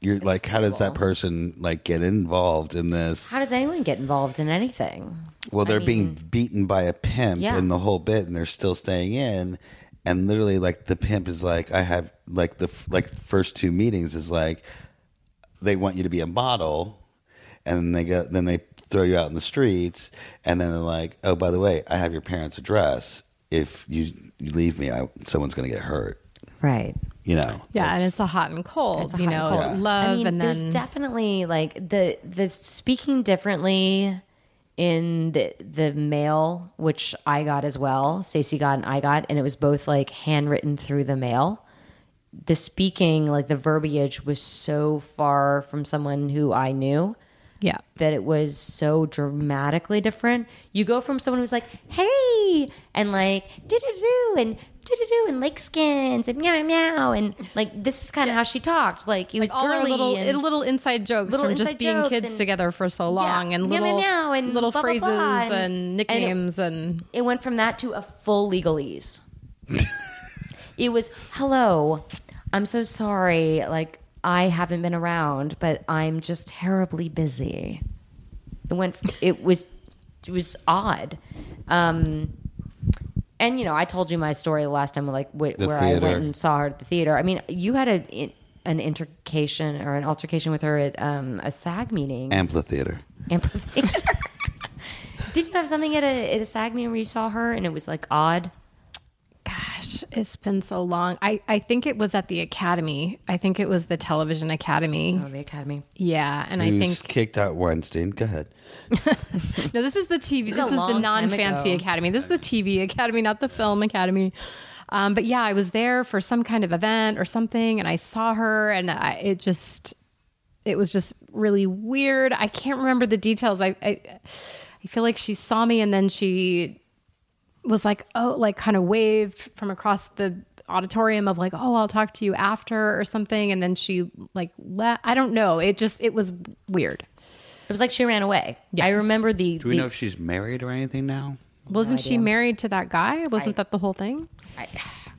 Speaker 6: you're like, how does that person like get involved in this?
Speaker 5: How does anyone get involved in anything?
Speaker 6: Well, they're being beaten by a pimp
Speaker 5: Yeah.
Speaker 6: and the whole bit, and they're still staying in. And literally, like the pimp is like, I have like the f- like first two meetings is like, they want you to be a model, and they go, then they throw you out in the streets, and then they're like, oh, by the way, I have your parents' address. If you, you leave me, I, someone's gonna get hurt.
Speaker 5: Right.
Speaker 6: You know?
Speaker 3: yeah and it's a hot and cold
Speaker 5: It's a
Speaker 3: you
Speaker 5: hot
Speaker 3: know
Speaker 5: and cold.
Speaker 3: love
Speaker 5: I mean,
Speaker 3: and
Speaker 5: there's
Speaker 3: then
Speaker 5: definitely like the the speaking differently in the the mail, which I got as well. Stacey got and I got, and it was both like handwritten through the mail. The speaking, like the verbiage, was so far from someone who I knew.
Speaker 3: yeah
Speaker 5: that it was so dramatically different. You go from someone who's like, hey, and like, do do do, and do do do, and lake skins, and meow meow, and like, this is kind of how she talked. Like, it was
Speaker 3: all our
Speaker 5: girly
Speaker 3: little
Speaker 5: and
Speaker 3: little inside jokes
Speaker 5: little
Speaker 3: from just
Speaker 5: inside
Speaker 3: being
Speaker 5: jokes
Speaker 3: kids
Speaker 5: and-
Speaker 3: together for so long and
Speaker 5: meow, meow,
Speaker 3: little
Speaker 5: meow, and
Speaker 3: little
Speaker 5: blah, blah,
Speaker 3: phrases
Speaker 5: blah,
Speaker 3: and,
Speaker 5: and- and it-
Speaker 3: nicknames and,
Speaker 5: it went from that to a full
Speaker 6: *laughs*
Speaker 5: legalese. it was, hello, I'm so sorry. Like, I haven't been around, but I'm just terribly busy. It went, it was, it was odd. Um, and you know, I told you my story the last time, like wh-
Speaker 6: The
Speaker 5: where I
Speaker 6: theater.
Speaker 5: went and saw her at the theater. I mean, you had a, an intercation or an altercation with her at um, a SAG meeting.
Speaker 6: Amphitheater.
Speaker 5: Amphitheater. *laughs* Didn't you have something at a at a SAG meeting where you saw her and it was like odd?
Speaker 3: gosh it's been so long i i think it was at the academy i think it was the television academy
Speaker 5: Oh, the Academy.
Speaker 3: yeah and
Speaker 6: Who's
Speaker 3: i think
Speaker 6: kicked out Weinstein? Go ahead.
Speaker 3: *laughs* no this is the tv this
Speaker 5: a
Speaker 3: is the
Speaker 5: long time
Speaker 3: non-fancy
Speaker 5: ago.
Speaker 3: academy this is the tv academy not the film academy um, but yeah i was there for some kind of event or something and i saw her and I, it just it was just really weird. I can't remember the details. I, I I feel like she saw me and then she was like, oh, like kind of waved from across the auditorium of like, oh, I'll talk to you after or something. And then she like left. I don't know. It just it was weird.
Speaker 5: It was like she ran away. I remember the.
Speaker 6: Do we
Speaker 5: the-
Speaker 6: know if she's married or anything now?
Speaker 3: Wasn't she married to that guy? Wasn't that the whole thing?
Speaker 5: I,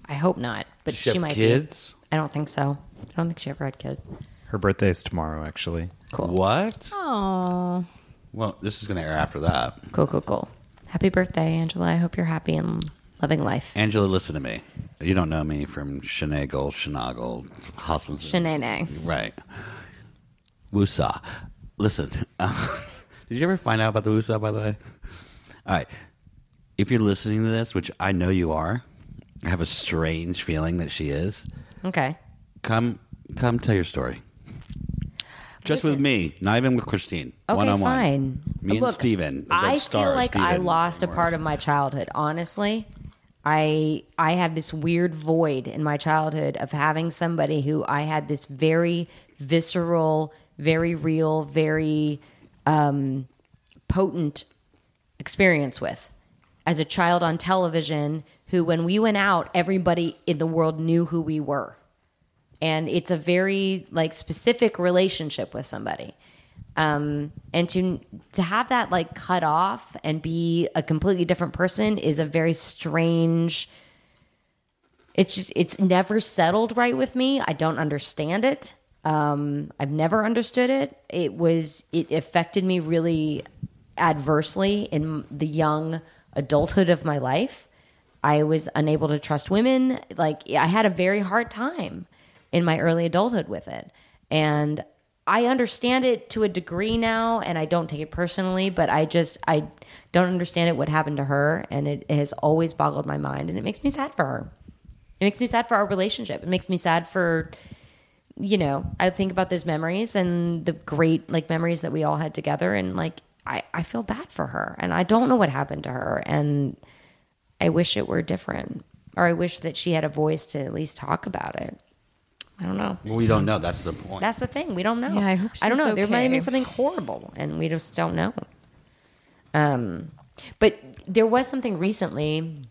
Speaker 5: I hope not, but
Speaker 6: She,
Speaker 5: she,
Speaker 6: have
Speaker 5: might.
Speaker 6: kids.
Speaker 5: Be. I don't think so. I don't think she ever had kids.
Speaker 7: Her birthday is tomorrow, actually.
Speaker 5: Cool.
Speaker 6: What?
Speaker 3: Oh,
Speaker 6: Well, this is gonna air after that.
Speaker 5: Cool, cool, cool. Happy birthday, Angela. I hope you're happy and loving life.
Speaker 6: Angela, listen to me. You don't know me from Shenagle, Shenagle, Hospital.
Speaker 5: Shenanay.
Speaker 6: Right. Woosah. Listen, *laughs* uh, did you ever find out about the Woosah, by the way? All right. If you're listening to this, which I know you are, I have a strange feeling that she is.
Speaker 5: Okay.
Speaker 6: Come, come tell your story. Just with me, not even with Christine.
Speaker 5: Okay,
Speaker 6: one on one.
Speaker 5: fine.
Speaker 6: Me and
Speaker 5: Look,
Speaker 6: Steven. the
Speaker 5: I
Speaker 6: star,
Speaker 5: feel like I
Speaker 6: Steven
Speaker 5: lost a
Speaker 6: Morris.
Speaker 5: part of my childhood. Honestly, I I had this weird void in my childhood of having somebody who I had this very visceral, very real, very um, potent experience with as a child on television who when we went out everybody in the world knew who we were and it's a very like specific relationship with somebody um, and to to have that like cut off and be a completely different person is a very strange it's just it's never settled right with me i don't understand it um, i've never understood it it was it affected me really adversely in the young adulthood of my life i was unable to trust women like i had a very hard time in my early adulthood with it and i understand it to a degree now and i don't take it personally but i just i don't understand it what happened to her and it has always boggled my mind and it makes me sad for her it makes me sad for our relationship. It makes me sad for, you know, I think about those memories and the great like memories that we all had together. And like, I, I feel bad for her and I don't know what happened to her. And I wish it were different or I wish that she had a voice to at least talk about it. I don't know.
Speaker 6: Well, we don't know. That's the point.
Speaker 5: That's the thing. We don't know.
Speaker 3: Yeah, I hope
Speaker 5: don't
Speaker 3: she's
Speaker 5: know. There might have
Speaker 3: okay.
Speaker 5: been something horrible, and we just don't know. Um, but there was something
Speaker 6: *laughs*
Speaker 5: recently.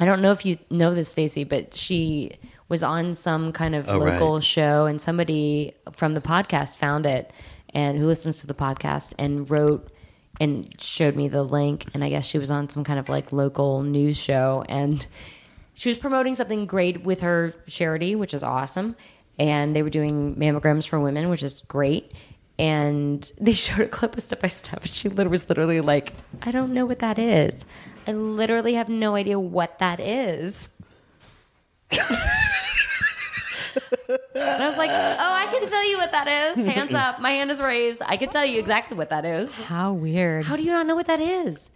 Speaker 5: I don't know if you know this, Stacey, but she was on some kind of
Speaker 6: Oh, right.
Speaker 5: local show, and somebody from the podcast found it, and who listens to the podcast, and wrote and showed me the link. And I guess she was on some kind of like local news show, and she was promoting something great with her charity, which is awesome. And they were doing mammograms for women, which is great. And *laughs* they showed a clip of step by step. And she lit- was literally like, I don't know what that is. I literally have no idea what that is. and I was like, oh, I can tell you what that is. Hands up. My hand is raised. I can tell you exactly what that is.
Speaker 3: How weird.
Speaker 5: How do you not know what that is?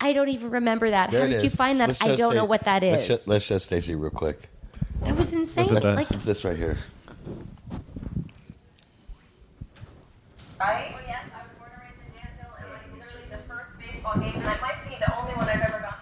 Speaker 5: I don't even remember that.
Speaker 6: There
Speaker 5: How
Speaker 6: it
Speaker 5: did you
Speaker 6: is.
Speaker 5: find that?
Speaker 6: Let's
Speaker 5: I
Speaker 6: show
Speaker 5: don't know
Speaker 6: Sta-
Speaker 5: what that
Speaker 6: let's
Speaker 5: is.
Speaker 6: show- Let's show Stacy real quick.
Speaker 5: That was insane.
Speaker 7: it the-
Speaker 5: like
Speaker 4: Oh,
Speaker 6: It's this right here.
Speaker 4: Right? Well, yes, I was born and raised in Danville, and like literally the first baseball game, and I might be the only one I've ever gone.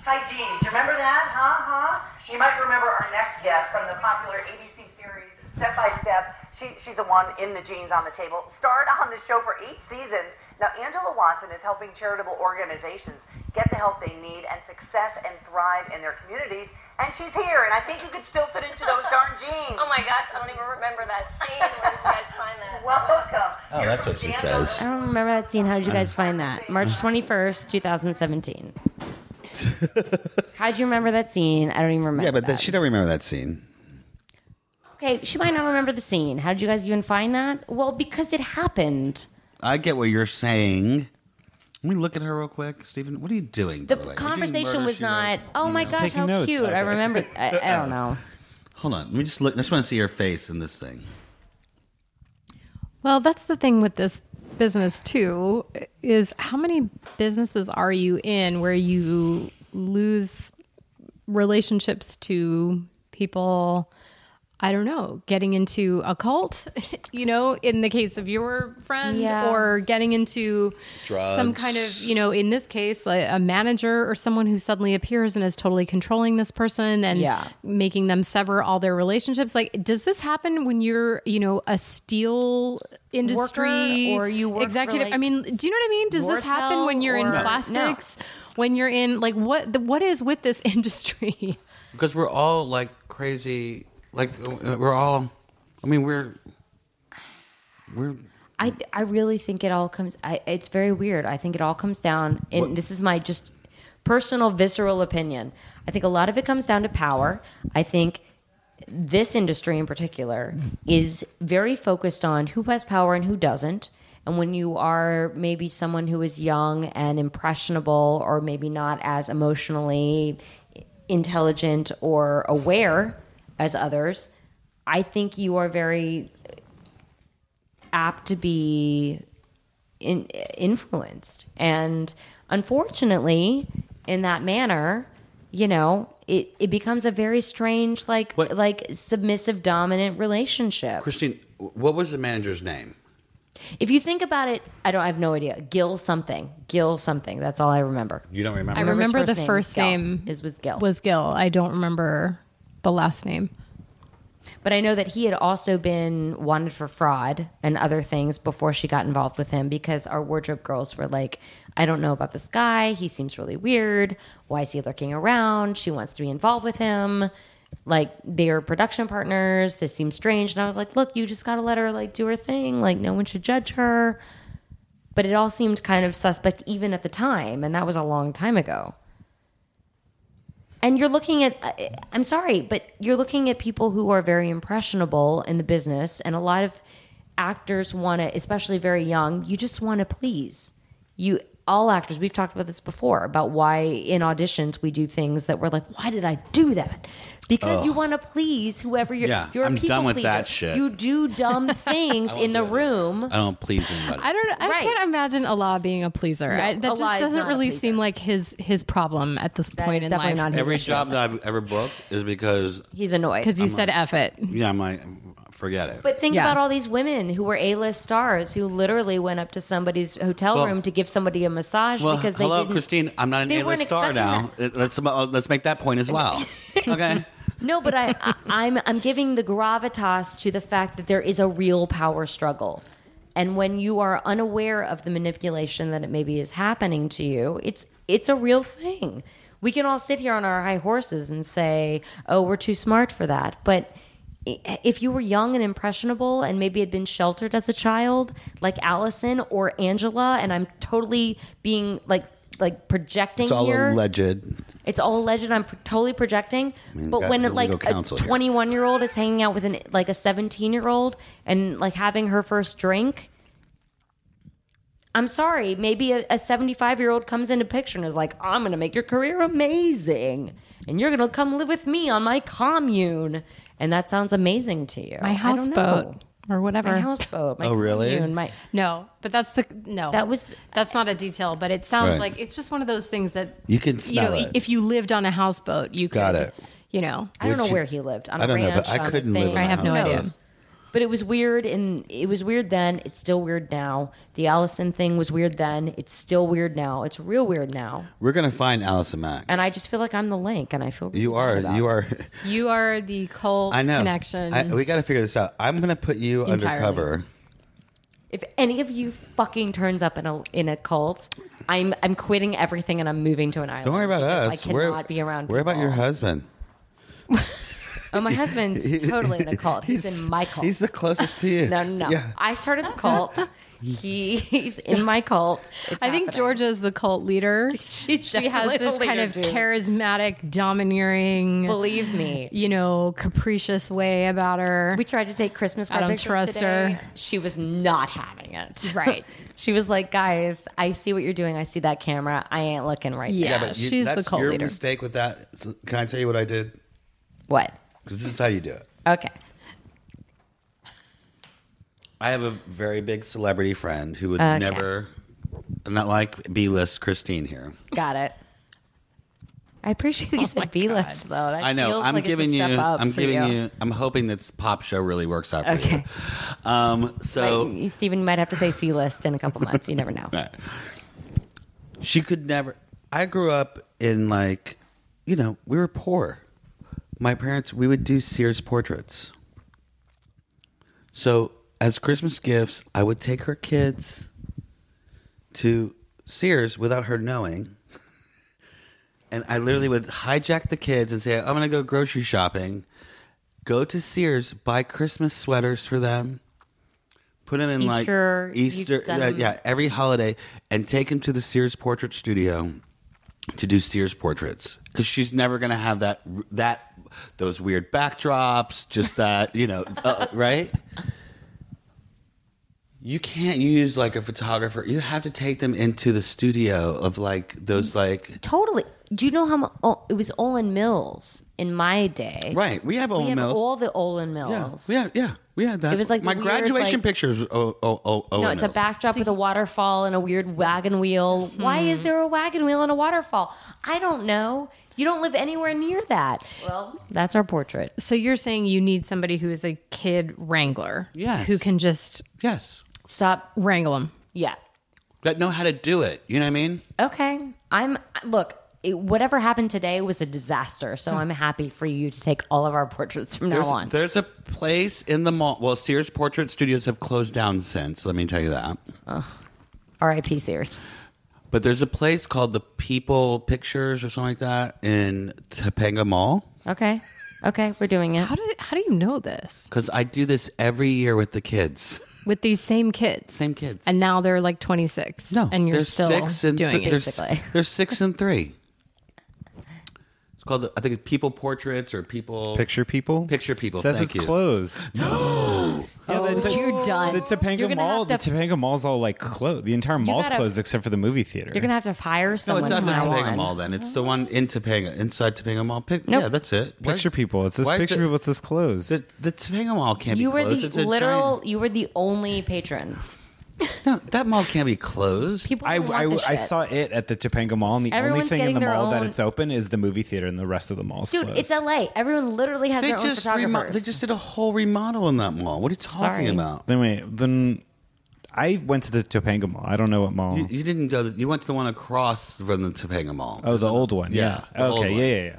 Speaker 9: Tight jeans, remember that? Huh? Huh? You might remember our next guest from the popular ABC series Step by Step. She, she's the one in the jeans on the table. Starred on the show for eight seasons. Now, Angela Watson is helping charitable organizations get the help they need and success and thrive in their communities. And she's here, and I think you could still fit into those darn jeans.
Speaker 4: Oh my gosh, I don't even remember that scene. Where did you guys find that?
Speaker 9: Welcome.
Speaker 6: Oh, that's what she says.
Speaker 5: I don't remember that scene. How did you guys find that? March twenty first, two thousand seventeen. How'd you remember that scene? I don't even remember.
Speaker 6: Yeah, but
Speaker 5: that.
Speaker 6: that, she don't remember that scene.
Speaker 5: okay, she might not remember the scene. How did you guys even find that? Well, because it happened.
Speaker 6: I get what you're saying. Let me look at her real quick, Stephen. What are you doing?
Speaker 5: The
Speaker 6: by way? You're doing
Speaker 5: conversation
Speaker 6: Murder,
Speaker 5: was
Speaker 6: She
Speaker 5: not.
Speaker 6: Wrote,
Speaker 5: Oh
Speaker 6: you
Speaker 5: my
Speaker 6: know?
Speaker 5: gosh,
Speaker 7: Taking
Speaker 5: how
Speaker 7: notes.
Speaker 5: cute! I
Speaker 7: Okay.
Speaker 5: remember. I, I don't
Speaker 7: *laughs*
Speaker 5: know.
Speaker 6: Hold on. Let me just look. I just want to see her face in this thing.
Speaker 3: Well, that's the thing with this business too is how many businesses are you in where you lose relationships to people I don't know, getting into a cult, *laughs* you know, in the case of your friend
Speaker 5: Yeah.
Speaker 3: or getting into some kind of, you know, in this case like a manager or someone who suddenly appears and is totally controlling this person and
Speaker 5: Yeah.
Speaker 3: making them sever all their relationships. Like, does this happen when you're, you know, a steel industry
Speaker 5: or you work for,
Speaker 3: executive? I
Speaker 5: like,
Speaker 3: mean, do you know what I mean? Does this happen
Speaker 5: Nortel
Speaker 3: when you're in
Speaker 5: or- No.
Speaker 3: plastics? When you're in like what? The, what is with this *laughs* industry?
Speaker 6: Because we're all like crazy. Like uh, we're all. I mean, we're we're
Speaker 5: I I really think it all comes. I, it's very weird. I think it all comes down, and
Speaker 6: What-
Speaker 5: this is my just personal visceral opinion. I think a lot of it comes down to power. I think this industry in particular is very focused on who has power and who doesn't. And when you are maybe someone who is young and impressionable, or maybe not as emotionally intelligent or aware as others, I think you are very apt to be in, influenced. And unfortunately, in that manner, you know, it, it becomes a very strange, like,
Speaker 6: What-
Speaker 5: like submissive dominant relationship.
Speaker 6: Christine. What was the manager's name?
Speaker 5: If you think about it, I don't. I have no idea. Gil something. Gil something. That's all I remember.
Speaker 6: You don't remember?
Speaker 3: I remember,
Speaker 5: Remember his
Speaker 3: the
Speaker 5: first
Speaker 3: first
Speaker 5: name
Speaker 3: name
Speaker 5: was Gil. Is was Gil.
Speaker 3: Was Gil. I don't remember the last name.
Speaker 5: But I know that he had also been wanted for fraud and other things before she got involved with him because our wardrobe girls were like, I don't know about this guy. He seems really weird. Why is he lurking around? She wants to be involved with him. Like they are production partners. This seems strange. And I was like, look, you just gotta let her like do her thing. Like no one should judge her. But it all seemed kind of suspect even at the time, and that was a long time ago. And you're looking at, I- I'm sorry, but you're looking at people who are very impressionable in the business. And a lot of actors want to, especially very young, you just want to please. You, all actors, we've talked about this before about why in auditions we do things that we're like, why did I do that? Because you want to please whoever you're,
Speaker 6: Yeah,
Speaker 5: you're a
Speaker 6: I'm done
Speaker 5: people
Speaker 6: with
Speaker 5: pleaser.
Speaker 6: that shit.
Speaker 5: You do dumb
Speaker 6: *laughs*
Speaker 5: things in the room.
Speaker 6: I don't please anybody.
Speaker 3: I don't. I
Speaker 5: Right.
Speaker 3: can't imagine Allah being a pleaser. I,
Speaker 5: Allah
Speaker 3: that
Speaker 5: is
Speaker 3: just doesn't
Speaker 5: not a
Speaker 3: really
Speaker 5: pleaser.
Speaker 3: seem like his his problem at this
Speaker 5: That
Speaker 3: point
Speaker 5: is
Speaker 3: in
Speaker 5: definitely
Speaker 3: life.
Speaker 5: not his
Speaker 6: Every
Speaker 5: issue.
Speaker 6: job that I've ever booked is because
Speaker 5: He's annoyed.
Speaker 3: because you said "f it."
Speaker 6: yeah, I'm like, forget it.
Speaker 5: But think
Speaker 3: Yeah.
Speaker 5: about all these women who were A-list stars who literally went up to somebody's hotel
Speaker 6: Well-
Speaker 5: room to give somebody a massage
Speaker 6: well,
Speaker 5: because they
Speaker 6: hello,
Speaker 5: didn't.
Speaker 6: Christine. I'm not an
Speaker 5: they weren't
Speaker 6: A-list star now.
Speaker 5: expecting
Speaker 6: Uh, Let's uh, let's make that
Speaker 5: *laughs*
Speaker 6: point as well. okay.
Speaker 5: No, but I, I, I'm I'm giving the gravitas to the fact that there is a real power struggle, and when you are unaware of the manipulation that it maybe is happening to you, it's it's a real thing. We can all sit here on our high horses and say, "Oh, we're too smart for that," but i- if you were young and impressionable and maybe had been sheltered as a child like allison or angela and i'm totally being like like projecting
Speaker 6: It's all
Speaker 5: here
Speaker 6: alleged.
Speaker 5: it's all alleged. I'm pr- totally projecting.
Speaker 6: mean,
Speaker 5: but
Speaker 6: got
Speaker 5: when
Speaker 6: the
Speaker 5: like
Speaker 6: legal
Speaker 5: a
Speaker 6: counsel here.
Speaker 5: 21 year old is hanging out with an like a 17 year old and like having her first drink, I'm sorry. Maybe a 75 year old comes into picture and is like, "I'm going to make your career amazing, and you're going to come live with me on my commune," and that sounds amazing to you.
Speaker 3: My
Speaker 5: I don't know.
Speaker 3: houseboat or whatever.
Speaker 5: My houseboat. My
Speaker 6: Oh, really?
Speaker 5: commune, my-
Speaker 3: No, but that's the no.
Speaker 5: That was-
Speaker 3: that's not a detail, but it sounds
Speaker 6: Right.
Speaker 3: like it's just one of those things that
Speaker 6: You can
Speaker 3: you know.
Speaker 6: smell it.
Speaker 3: If you lived on a houseboat, you
Speaker 6: Got
Speaker 3: could,
Speaker 6: it.
Speaker 3: You know,
Speaker 5: I don't
Speaker 6: Would
Speaker 5: know
Speaker 6: you-
Speaker 5: where he lived. On a
Speaker 6: I don't know,
Speaker 5: ranch,
Speaker 6: but I
Speaker 5: on a
Speaker 6: couldn't
Speaker 5: thing.
Speaker 6: live on
Speaker 3: I have no
Speaker 5: Who
Speaker 3: idea.
Speaker 5: knows? But it was weird, and it was weird then. It's still weird now. The Allison thing was weird then. It's still weird now. It's real weird now.
Speaker 6: We're gonna find Allison Mack.
Speaker 5: And I just feel like I'm the link, and I feel
Speaker 6: you are. You are.
Speaker 3: you are the cult
Speaker 6: I know.
Speaker 3: connection.
Speaker 6: I, we got to figure this out. I'm gonna put you
Speaker 3: Entirely.
Speaker 6: undercover.
Speaker 5: If any of you fucking turns up in a in a cult, I'm I'm quitting everything and I'm moving to an island.
Speaker 6: Don't worry about
Speaker 5: because
Speaker 6: us.
Speaker 5: I cannot be around.
Speaker 6: Worry about
Speaker 5: people.
Speaker 6: your husband.
Speaker 5: Oh, my
Speaker 6: *laughs*
Speaker 5: husband's totally in a cult. He's, in my cult.
Speaker 6: He's the closest to you.
Speaker 5: *laughs* no, no, no.
Speaker 6: Yeah.
Speaker 5: I started the
Speaker 6: *laughs*
Speaker 5: cult. He, he's in my cult. It's
Speaker 3: I think
Speaker 5: happening.
Speaker 3: Georgia is the
Speaker 5: *laughs*
Speaker 3: cult leader. she has
Speaker 5: definitely
Speaker 3: this
Speaker 5: the
Speaker 3: kind
Speaker 5: leader,
Speaker 3: of
Speaker 5: dude.
Speaker 3: charismatic, domineering,
Speaker 5: Believe
Speaker 3: *laughs*
Speaker 5: me.
Speaker 3: you know, capricious way about her.
Speaker 5: We tried to take Christmas card
Speaker 3: I don't
Speaker 5: pictures
Speaker 3: trust
Speaker 5: today.
Speaker 3: her.
Speaker 5: She was not having it. *laughs*
Speaker 3: Right.
Speaker 5: she was like, "Guys, I see what you're doing. I see that camera. I ain't looking right
Speaker 3: yeah,
Speaker 5: now."
Speaker 6: you-
Speaker 3: she's the
Speaker 6: that's
Speaker 3: cult
Speaker 6: your
Speaker 3: leader.
Speaker 6: mistake with that. So, can I tell you what I did?
Speaker 5: What?
Speaker 6: Because this is how you do it.
Speaker 5: Okay.
Speaker 6: I have a very big celebrity friend who would
Speaker 5: Okay.
Speaker 6: never, not like B list Christine here.
Speaker 5: Got it. I appreciate you said B list though. That
Speaker 6: I know.
Speaker 5: feels
Speaker 6: I'm
Speaker 5: like it's a
Speaker 6: giving you.
Speaker 5: step up
Speaker 6: I'm
Speaker 5: for
Speaker 6: giving you. I'm hoping this pop show really works out for
Speaker 5: Okay.
Speaker 6: you. Um. So
Speaker 5: Right, you, Stephen, might have to say C list in a couple months. You
Speaker 6: *laughs*
Speaker 5: never know.
Speaker 6: she could never. I grew up in like, you know, we were poor. My parents. We would do Sears portraits. So as Christmas gifts, I would take her kids to Sears without her knowing. And I literally would hijack the kids and say, I'm going to go grocery shopping, go to Sears, buy Christmas sweaters for them, put them in
Speaker 5: Easter,
Speaker 6: like
Speaker 5: you've
Speaker 6: Easter,
Speaker 5: done
Speaker 6: yeah,
Speaker 5: them-
Speaker 6: yeah, every holiday, and take them to the Sears Portrait Studio to do Sears portraits because she's never going to have that, that, those weird backdrops, just that, you know, uh, right? you can't use like a photographer. You have to take them into the studio of like those like
Speaker 5: Totally. Do you know how much? Oh, it was Olin Mills in my day.
Speaker 6: right. We have
Speaker 5: We
Speaker 6: old
Speaker 5: have
Speaker 6: mills.
Speaker 5: all the Olin
Speaker 6: yeah,
Speaker 5: Mills.
Speaker 6: yeah, yeah. We had that.
Speaker 5: It was, like,
Speaker 6: my
Speaker 5: weird,
Speaker 6: graduation
Speaker 5: like-
Speaker 6: pictures. Oh, oh, oh, oh.
Speaker 5: No, it's a backdrop with a waterfall and a weird wagon wheel. Why is there a wagon wheel and a waterfall? I don't know. You don't live anywhere near that. Well, that's our portrait.
Speaker 3: So you're saying you need somebody who is a kid wrangler,
Speaker 6: Yes.
Speaker 3: who can just
Speaker 6: Yes.
Speaker 5: Stop.
Speaker 3: Wrangle them.
Speaker 5: Yeah.
Speaker 6: that know how to do it. You know what I mean?
Speaker 5: Okay. I'm look. It, whatever happened today was a disaster. So I'm happy for you to take all of our portraits from
Speaker 6: There's,
Speaker 5: now on.
Speaker 6: there's a place in the mall. Well, Sears Portrait Studios have closed down since. Let me tell you that.
Speaker 5: R.I.P. Sears.
Speaker 6: But there's a place called the People Pictures or something like that in Topanga Mall.
Speaker 5: Okay. Okay. We're doing it.
Speaker 3: How do how do you know this
Speaker 6: Because I do this every year with the kids.
Speaker 3: with these same kids?
Speaker 6: Same kids.
Speaker 3: And now they're like 26.
Speaker 6: no,
Speaker 3: and you're
Speaker 6: there's
Speaker 3: still
Speaker 6: six and
Speaker 3: doing
Speaker 6: th-
Speaker 3: it.
Speaker 6: there's-
Speaker 5: basically.
Speaker 6: *laughs* There's six and three. It's called, the, I think, it's People Portraits or People
Speaker 7: Picture people.
Speaker 6: Picture people.
Speaker 7: It says
Speaker 6: Thank
Speaker 7: it's
Speaker 6: you.
Speaker 7: closed.
Speaker 6: *gasps*
Speaker 5: oh, *gasps* you're done.
Speaker 7: The Topanga
Speaker 5: You're gonna
Speaker 7: Mall.
Speaker 5: have to-
Speaker 7: the Topanga Mall's all like closed. The entire mall's
Speaker 5: gotta-
Speaker 7: closed except for the movie theater.
Speaker 5: You're gonna have to hire
Speaker 6: No,
Speaker 5: someone
Speaker 6: it's not
Speaker 5: from
Speaker 6: the
Speaker 5: now
Speaker 6: Topanga
Speaker 5: on.
Speaker 6: Mall. Then it's the one in Topanga, inside Topanga Mall. Pic-
Speaker 5: Nope.
Speaker 6: Yeah, that's it. Why-
Speaker 7: picture people. It says
Speaker 6: why is
Speaker 7: picture
Speaker 6: it-
Speaker 7: people. It says closed.
Speaker 6: The, the Topanga Mall can't
Speaker 5: You
Speaker 6: be
Speaker 5: were
Speaker 6: closed.
Speaker 5: the
Speaker 6: It's a
Speaker 5: literal. You were the only patron.
Speaker 6: giant- no, that mall can't be closed.
Speaker 5: People.
Speaker 7: I,
Speaker 5: don't want
Speaker 7: I,
Speaker 5: this
Speaker 7: I
Speaker 5: shit.
Speaker 7: saw it at the Topanga Mall, and the
Speaker 5: Everyone's
Speaker 7: only thing in
Speaker 5: getting
Speaker 7: the
Speaker 5: their
Speaker 7: mall that
Speaker 5: own-
Speaker 7: it's open is the movie theater, and the rest of the mall's
Speaker 5: Dude,
Speaker 7: closed.
Speaker 5: it's LA. Everyone literally has
Speaker 6: They
Speaker 5: their own
Speaker 6: just remo-
Speaker 5: photographers.
Speaker 6: they just did a whole remodel in that mall. What are you talking
Speaker 5: Sorry.
Speaker 6: about?
Speaker 7: Then wait, then I went to the Topanga Mall. I don't know what mall.
Speaker 6: You, you didn't go. You went to the one across from the Topanga Mall.
Speaker 7: oh, the old one.
Speaker 6: Yeah,
Speaker 7: Yeah.
Speaker 6: the old
Speaker 7: Okay.
Speaker 6: one.
Speaker 7: Yeah, yeah, yeah.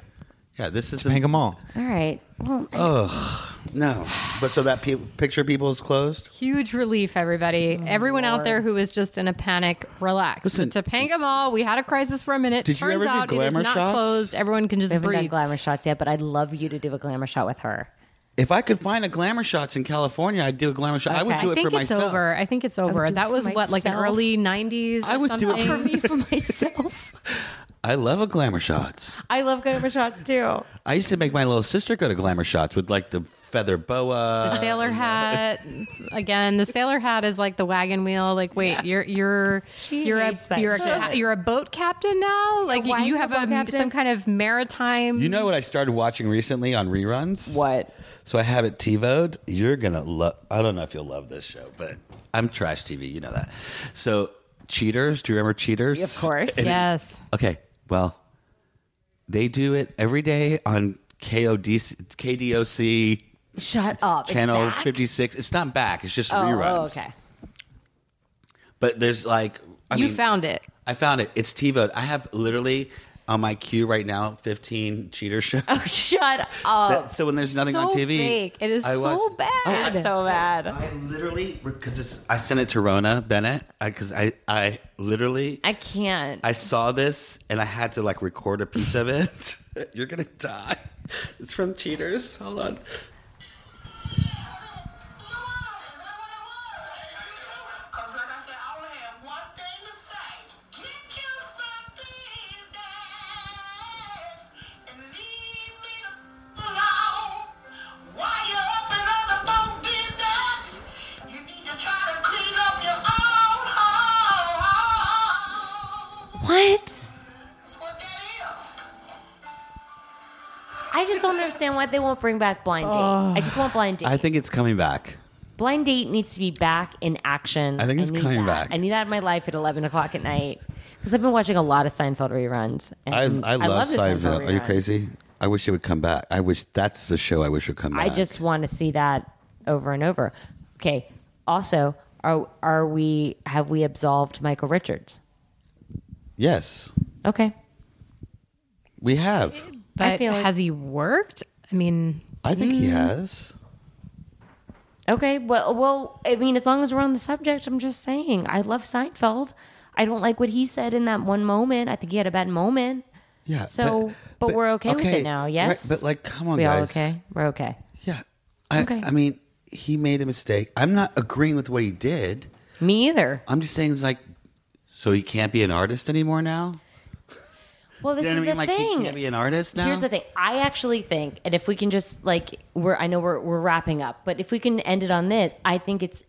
Speaker 6: yeah, this is
Speaker 7: Topanga Mall.
Speaker 5: All right. Well,
Speaker 6: Uh,
Speaker 5: I-
Speaker 6: no. But so that pe- picture people is closed.
Speaker 3: Huge relief, everybody.
Speaker 5: Oh,
Speaker 3: Everyone out there who was just in a panic, relax.
Speaker 6: Listen-
Speaker 3: the Topanga Mall, we had a crisis for a minute.
Speaker 6: Did you
Speaker 3: Turns
Speaker 6: ever do
Speaker 3: out it
Speaker 6: glamour
Speaker 3: is not
Speaker 6: shots?
Speaker 3: closed. Everyone can
Speaker 5: we
Speaker 3: just
Speaker 5: haven't done
Speaker 3: breathe.
Speaker 5: glamour shots yet, but I'd love you to do a glamour shot with her.
Speaker 6: If I could find a glamour shots in California, I'd do a glamour shot. I would
Speaker 5: Okay.
Speaker 6: do
Speaker 5: I
Speaker 6: it
Speaker 3: I think
Speaker 6: for
Speaker 3: it's
Speaker 6: myself.
Speaker 3: over. I think it's over.
Speaker 5: do it
Speaker 3: That
Speaker 5: for
Speaker 3: was what, like an
Speaker 5: myself.
Speaker 3: early 90s?
Speaker 6: I
Speaker 3: or
Speaker 6: would do it
Speaker 3: something?
Speaker 6: for
Speaker 5: me, *laughs* for myself.
Speaker 6: I love a glamour shots.
Speaker 5: I love glamour shots too.
Speaker 6: I used to make my little sister go to glamour shots with like the feather boa.
Speaker 3: The sailor hat again. The sailor hat is like the wagon wheel. Like, wait, you're you're
Speaker 5: She
Speaker 3: you're a
Speaker 5: hates that
Speaker 3: you're a ca-
Speaker 5: shit.
Speaker 3: you're a boat captain now. Like,
Speaker 5: why
Speaker 3: you
Speaker 5: am I a
Speaker 3: have
Speaker 5: boat
Speaker 3: a,
Speaker 5: captain?
Speaker 3: some kind of maritime.
Speaker 6: You know what I started watching recently on reruns?
Speaker 5: What?
Speaker 6: So I have it TiVoed. You're gonna love. I don't know if you'll love this show, but I'm trash TV. You know that. So Cheaters. Do you remember Cheaters?
Speaker 5: Of course.
Speaker 3: yes.
Speaker 6: Okay. Well, they do it every day on KODC, KDOC
Speaker 5: Shut up. It's
Speaker 6: channel
Speaker 5: back?
Speaker 6: 56. It's not back. It's just
Speaker 5: Oh,
Speaker 6: reruns.
Speaker 5: oh, okay.
Speaker 6: But there's like I
Speaker 3: you
Speaker 6: mean,
Speaker 3: found it.
Speaker 6: I found it. It's TiVoed. I have literally on my queue right now 15 cheater shows.
Speaker 5: Oh, *laughs* shut up.
Speaker 6: That- *laughs* so when there's nothing
Speaker 3: Oh, so
Speaker 6: on TV,
Speaker 3: fake. It is
Speaker 6: I
Speaker 3: so
Speaker 6: watch-
Speaker 3: bad.
Speaker 5: That's Oh, so bad.
Speaker 6: I literally because it's I sent it to Rona Bennett because I, I literally
Speaker 5: I can't.
Speaker 6: I saw this and I had to like record a piece of it. *laughs* You're gonna die. It's from Cheaters. Hold on.
Speaker 4: Cause like I said, I only have one thing to say. Get you something nice and leave me the f- alone. While you're up in other folk business, you need to try to clean up your own home.
Speaker 5: what?
Speaker 4: That's what that is.
Speaker 5: I just don't understand why they won't bring back blind date. I just want blind date.
Speaker 6: I think it's coming back.
Speaker 5: blind date needs to be back in action.
Speaker 6: I think it's
Speaker 5: need
Speaker 6: coming
Speaker 5: that.
Speaker 6: back.
Speaker 5: I need that in my life at eleven o'clock at night because I've been watching a lot of Seinfeld reruns. and
Speaker 6: I, I, love
Speaker 5: the
Speaker 6: Seinfeld. Are you
Speaker 5: reruns.
Speaker 6: crazy? I wish it would come back. I wish that's the show I wish would come back.
Speaker 5: I just want to see that over and over. Okay. Also, are are we have we absolved Michael Richards?
Speaker 6: yes,
Speaker 5: Okay.
Speaker 6: we have.
Speaker 3: But
Speaker 5: I feel like-
Speaker 3: has he worked? I mean,
Speaker 6: I think
Speaker 5: Mm-hmm.
Speaker 6: he has.
Speaker 5: Okay. Well, well, I mean, as long as we're on the subject, I'm just saying I love Seinfeld. I don't like what he said in that one moment. I think he had a bad moment.
Speaker 6: Yeah.
Speaker 5: So, but we're okay with it now,
Speaker 6: right,
Speaker 5: yes?
Speaker 6: but like, come on,
Speaker 5: we
Speaker 6: guys.
Speaker 5: all okay? We're okay.
Speaker 6: Yeah. I,
Speaker 5: Okay.
Speaker 6: I mean, he made a mistake. I'm not agreeing with what he did.
Speaker 5: Me either.
Speaker 6: I'm just saying, it's like, so he can't be an artist anymore now.
Speaker 5: Well, this
Speaker 6: You know
Speaker 5: is
Speaker 6: what I mean?
Speaker 5: the
Speaker 6: Like
Speaker 5: thing.
Speaker 6: he can't be an artist now.
Speaker 5: Here's the thing. I actually think, and if we can just like, we're I know we're we're wrapping up, but if we can end it on this, I think it's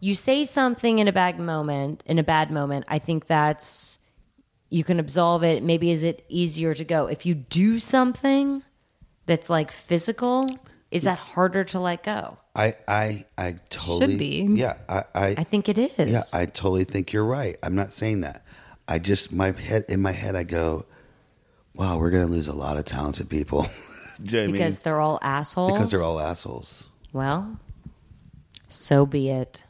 Speaker 5: you say something in a bad moment, in a bad moment. I think that's you can absolve it. Maybe is it easier to go if you do something that's like physical? Is that harder to let go?
Speaker 6: I, I, I totally
Speaker 3: be.
Speaker 6: Yeah, I, I,
Speaker 5: I think it is.
Speaker 6: yeah, I totally think you're right. I'm not saying that. I just my head in my head I go, wow, we're gonna lose a lot of talented people. *laughs* Do you know what I mean?
Speaker 5: because they're all assholes.
Speaker 6: Because they're all assholes.
Speaker 5: well. So be it.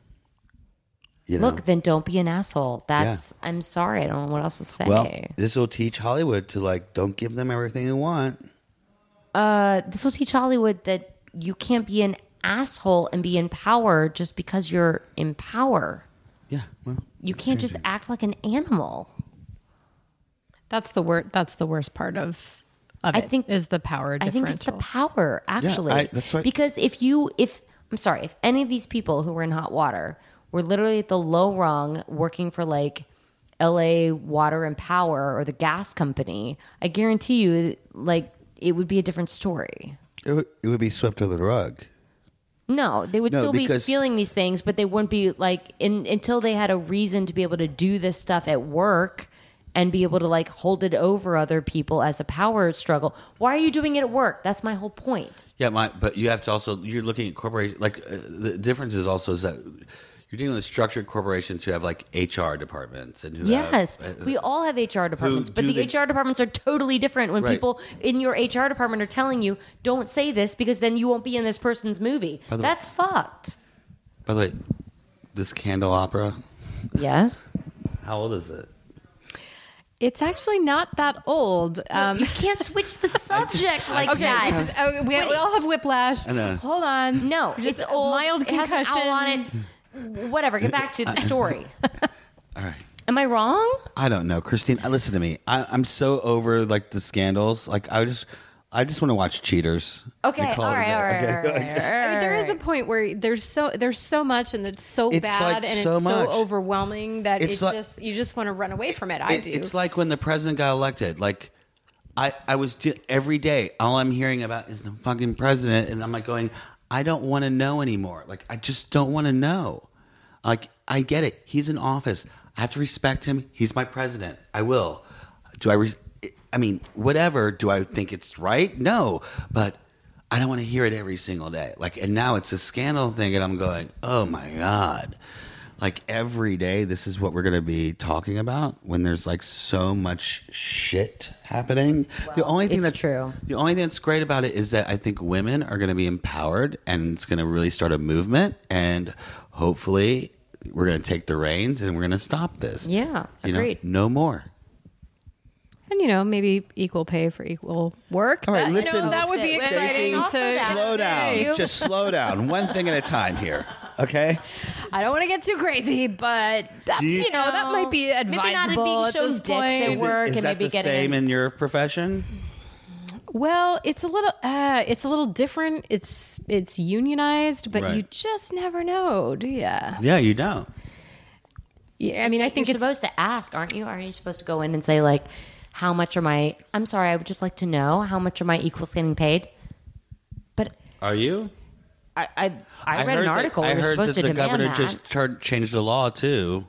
Speaker 6: You know?
Speaker 5: Look, then don't be an asshole. That's I'm sorry. I don't know what else to say.
Speaker 6: Well, this will teach Hollywood to like don't give them everything they want.
Speaker 5: uh, this will teach Hollywood that you can't be an asshole and be in power just because you're in power.
Speaker 6: Yeah. Well,
Speaker 5: You can't just act like an animal.
Speaker 3: That's the wor- That's the worst part of. Of
Speaker 5: I
Speaker 3: it,
Speaker 5: think-
Speaker 3: is the power
Speaker 5: I
Speaker 3: differential.
Speaker 5: think it's the power, actually.
Speaker 6: I- that's right.
Speaker 5: Because if you, if I'm sorry, if any of these people who were in hot water were literally at the low rung working for like L.A. Water and Power or the gas company, I guarantee you, like it would be a different story.
Speaker 6: it would, it would be swept under the rug.
Speaker 5: No, they would
Speaker 6: No,
Speaker 5: still
Speaker 6: because-
Speaker 5: be feeling these things, but they wouldn't be like in, until they had a reason to be able to do this stuff at work and be able to like hold it over other people as a power struggle. Why are you doing it at work? That's my whole point.
Speaker 6: Yeah, my but you have to also you're looking at corporations like uh, the difference is also is that you're dealing with structured corporations who have like HR departments and who have-
Speaker 5: Yes,
Speaker 6: uh,
Speaker 5: we all have HR departments, but
Speaker 6: do
Speaker 5: the
Speaker 6: they-
Speaker 5: HR departments are totally different when
Speaker 6: Right.
Speaker 5: people in your HR department are telling you, don't say this because then you won't be in this person's movie.
Speaker 6: the way-
Speaker 5: That's fucked.
Speaker 6: by the way, this candle opera,
Speaker 5: Yes.
Speaker 6: how old is it?
Speaker 3: It's actually not that old. Um,
Speaker 5: you can't switch
Speaker 6: *laughs*
Speaker 5: the subject like
Speaker 3: okay,
Speaker 5: that.
Speaker 3: just- *laughs* oh, we, we all have whiplash.
Speaker 6: I know.
Speaker 3: Hold on.
Speaker 5: No,
Speaker 3: Just
Speaker 5: it's old.
Speaker 3: Mild concussion.
Speaker 5: It has an owl on it. Whatever. Get back to
Speaker 6: *laughs*
Speaker 5: the story.
Speaker 6: All right.
Speaker 5: Am I wrong?
Speaker 6: I don't know, Christine. uh, Listen to me. I, I'm so over like the scandals. Like I just, I just want to watch Cheaters.
Speaker 5: Okay.
Speaker 6: And
Speaker 5: All right.
Speaker 6: call
Speaker 5: All
Speaker 6: it a
Speaker 5: right.
Speaker 6: day.
Speaker 5: All right.
Speaker 6: Okay.
Speaker 5: all right, all
Speaker 3: I mean, there is
Speaker 5: right.
Speaker 3: a point where there's so there's so much and it's so
Speaker 6: It's
Speaker 3: bad
Speaker 6: like
Speaker 3: and
Speaker 6: so
Speaker 3: it's
Speaker 6: much.
Speaker 3: so overwhelming that
Speaker 6: It's
Speaker 3: it's,
Speaker 6: like-
Speaker 3: just you just want to run away from it. I
Speaker 6: It-
Speaker 3: do.
Speaker 6: It's like when the president got elected. Like, I, I was de- every day. All I'm hearing about is the fucking president, and I'm like going, I don't want to know anymore. Like, I just don't want to know. Like, I get it. He's in office. I have to respect him. He's my president. I will. Do I? Re- I mean, whatever. Do I think it's right? No, but. I don't want to hear it every single day. Like, and now it's a scandal thing, and I'm going, oh my God like every day this is what we're going to be talking about when there's like so much shit happening the only thing
Speaker 5: it's
Speaker 6: that's
Speaker 5: true.
Speaker 6: the only thing that's great about it is that i think women are going to be empowered and it's going to really start a movement and hopefully we're going to take the reins and we're going to stop this
Speaker 5: Yeah,
Speaker 6: you
Speaker 5: agreed.
Speaker 6: know no more
Speaker 3: and you know, maybe equal pay for equal work.
Speaker 6: All right,
Speaker 3: That- you know,
Speaker 6: listen,
Speaker 3: that would be
Speaker 5: Stacey,
Speaker 3: exciting
Speaker 5: Stacey,
Speaker 3: to
Speaker 5: slow
Speaker 3: Hey,
Speaker 6: just slow down one thing at a time here okay
Speaker 3: I don't want to get too crazy, but that, you, know, that might be
Speaker 5: Maybe not
Speaker 3: advisable.
Speaker 5: being
Speaker 3: at
Speaker 5: shown
Speaker 3: this
Speaker 5: dicks at
Speaker 3: point.
Speaker 5: Is it- Work
Speaker 6: is
Speaker 5: and
Speaker 6: that
Speaker 5: maybe
Speaker 6: the
Speaker 5: getting-
Speaker 6: same in your profession
Speaker 3: Well, it's a little uh, it's a little different. It's it's unionized, but
Speaker 6: Right.
Speaker 3: you just never know, do ya?
Speaker 6: yeah you don't
Speaker 3: Yeah, I mean, I think
Speaker 5: You're
Speaker 3: it's
Speaker 5: supposed to ask, aren't you? Aren't you supposed to go in and say like, how much are my? I'm sorry. I would just like to know how much are my equals getting paid. But
Speaker 6: are you
Speaker 5: I I, I, read
Speaker 6: heard
Speaker 5: an
Speaker 6: that-
Speaker 5: article.
Speaker 6: I
Speaker 5: You're
Speaker 6: heard
Speaker 5: supposed
Speaker 6: that
Speaker 5: to
Speaker 6: the
Speaker 5: demand
Speaker 6: governor
Speaker 5: that.
Speaker 6: just tur- changed the law too,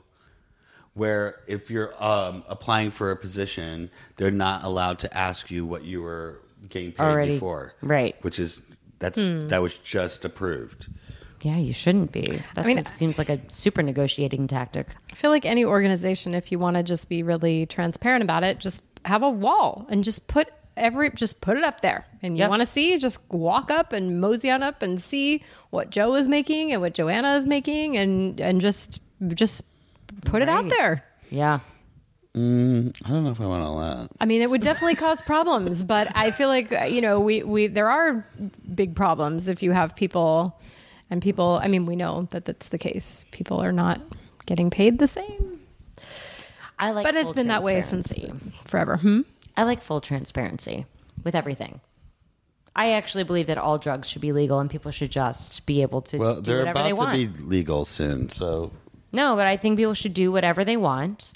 Speaker 6: where if you're um, applying for a position, they're not allowed to ask you what you were getting paid
Speaker 5: Already.
Speaker 6: before,
Speaker 5: Right. Hmm.
Speaker 6: Which is that's that was just approved.
Speaker 5: yeah, you shouldn't be. That
Speaker 3: mean,
Speaker 5: seems- seems like a super negotiating tactic.
Speaker 3: I feel like any organization, if you want to just be really transparent about it, just have a wall and just put every just put it up there. And you
Speaker 5: Yep.
Speaker 3: want to see, just walk up and mosey on up and see what Joe is making and what Joanna is making, and and just just put it out there.
Speaker 5: Yeah.
Speaker 6: Mm, I don't know if I want all that.
Speaker 3: I mean, it would definitely cause problems, but I feel like uh, you know we we there are big problems if you have people and people. I mean, we know that that's the case. People are not getting paid the same,
Speaker 5: I like.
Speaker 3: but it's
Speaker 5: full
Speaker 3: been that way since
Speaker 5: transparency.
Speaker 3: forever. Hmm?
Speaker 5: I like full transparency with everything. I actually believe that all drugs should be legal and people should just be able to
Speaker 6: Well,
Speaker 5: do
Speaker 6: they're
Speaker 5: whatever
Speaker 6: about
Speaker 5: they
Speaker 6: to
Speaker 5: want.
Speaker 6: be legal soon, so
Speaker 5: No, but I think people should do whatever they want.